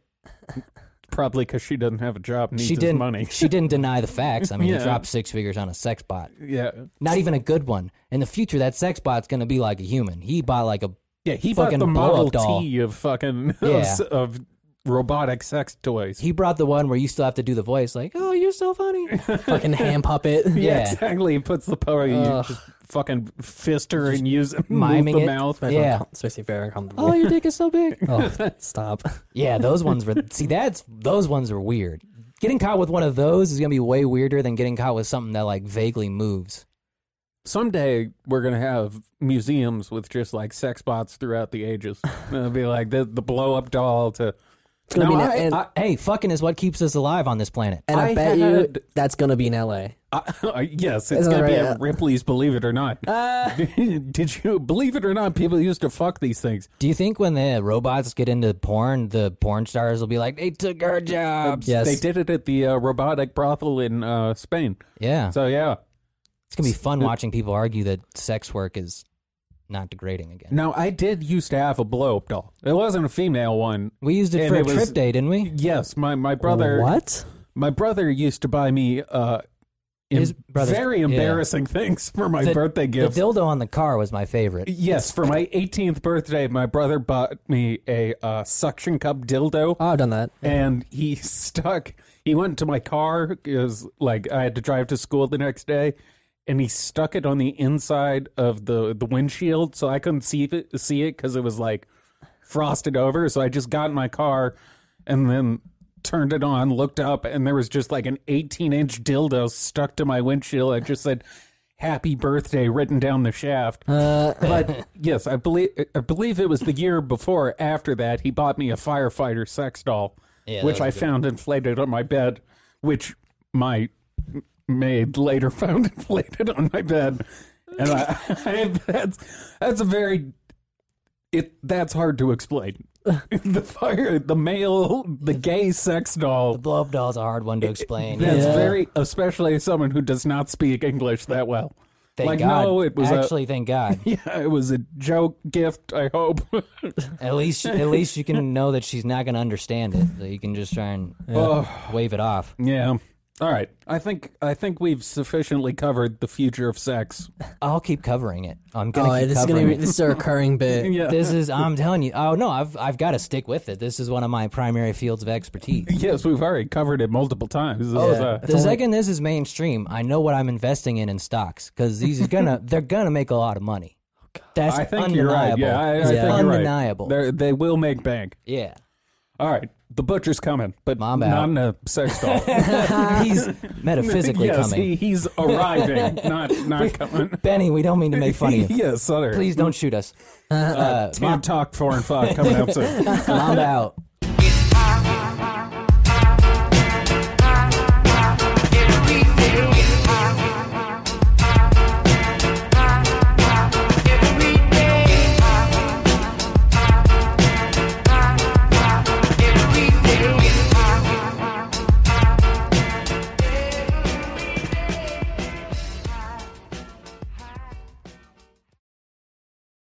C: probably because she doesn't have a job, needs
D: she
C: his
D: didn't.
C: money.
D: she didn't deny the facts. I mean,
C: Yeah.
D: he dropped six figures on a sex bot.
C: yeah,
D: Not even a good one. In the future, that sex bot's gonna be like a human. He bought like a
C: yeah. He
D: Fucking
C: bought the
D: blow-up
C: Model
D: doll.
C: T of fucking
D: Yeah.
C: of, robotic sex toys.
D: he brought the one where you still have to do the voice, like, "Oh, you're so funny."
F: fucking hand puppet.
D: yeah.
C: exactly. He puts the power. You just fucking fist her and use
D: miming
C: move
D: it.
C: the mouth.
F: It's
D: Yeah.
F: uncom- It's basically very uncomfortable.
D: oh, your dick is so big.
F: Oh, stop.
D: yeah, those ones were. See, that's those ones are weird. Getting caught with one of those is gonna be way weirder than getting caught with something that like vaguely moves.
C: Someday we're gonna have museums with just like sex bots throughout the ages. It'll be like the, the blow up doll to.
F: It's gonna
C: No,
F: be. in-
C: I-
F: and,
D: I, Uh, hey, fucking is what keeps us alive on this planet.
F: and I,
C: I
F: bet you
C: had-
F: that's gonna be in L.A.
C: Uh, yes, it's
F: Isn't
C: gonna
F: that
C: be
F: right?
C: at Ripley's. Believe it or not,
D: Uh,
C: did you believe it or not? People used to fuck these things.
D: Do you think when the robots get into porn, the porn stars will be like, they took our jobs?
F: Yes.
C: They did it at the uh, robotic brothel in uh, Spain.
D: Yeah.
C: So yeah.
D: it's going to be fun watching people argue that sex work is not degrading again.
C: Now I did used to have a blow up doll. It wasn't a female one.
D: We used it
C: And
D: for a
C: it was-
D: trip day, didn't we?
C: Yes, my my brother.
F: What?
C: My brother used to buy me uh, em-
D: His brother's-
C: very
D: yeah.
C: embarrassing things for my
D: The-
C: birthday gift.
D: The dildo on the car was my favorite.
C: yes, for my 18th birthday, my brother bought me a uh, suction cup dildo.
F: Oh, I've done that.
C: and he stuck he went to my car because like i had to drive to school the next day and he stuck it on the inside of the the windshield so i couldn't see it see it because it was like frosted over so i just got in my car and then turned it on looked up and there was just like an 18 inch dildo stuck to my windshield i just said happy birthday written down the shaft but yes i believe i believe it was the year before or after that he bought me a firefighter sex doll
D: Yeah, that
C: which
D: was
C: i
D: a good
C: found inflated on my bed which my m- maid later found inflated on my bed and I, I that's that's a very it that's hard to explain the fire the male the gay sex doll
D: Blow up doll's a hard one to explain.
C: that's
D: Yeah.
C: very especially someone who does not speak english that well
D: thank
C: like
D: God.
C: no it was a-
D: Actually, thank God.
C: yeah, it was a joke gift, I hope.
D: at least, at least you can know that she's not going to understand it. So you can just try and
C: Oh.
D: wave it off.
C: yeah. All right. I think I think we've sufficiently covered the future of sex.
D: I'll keep covering it. I'm
F: Oh,
D: going to keep
F: this is
D: covering
F: gonna be
D: it.
F: this is a recurring bit.
C: Yeah.
D: this is I'm telling you. Oh no, I've I've got to stick with it. This is one of my primary fields of expertise.
C: yes, we've already covered it multiple times. This is, uh,
D: The second this is mainstream, I know what I'm investing in in stocks because these are gonna they're gonna make a lot of money. That's
C: I think you're
D: undeniable.
C: right. Yeah, I, I
D: It's
C: think you're
D: undeniable.
C: right. They're, they will make bank.
D: Yeah,
C: All right. The butcher's coming, but
D: Mom
C: not
D: out.
C: in a sex doll.
D: he's metaphysically
C: yes,
D: coming.
C: he, he's arriving, not not coming.
D: Benny, we don't mean to make fun of you.
C: yes, other.
D: Please don't shoot us. Uh,
C: Tam talk foreign fuck coming out soon.
D: mom out.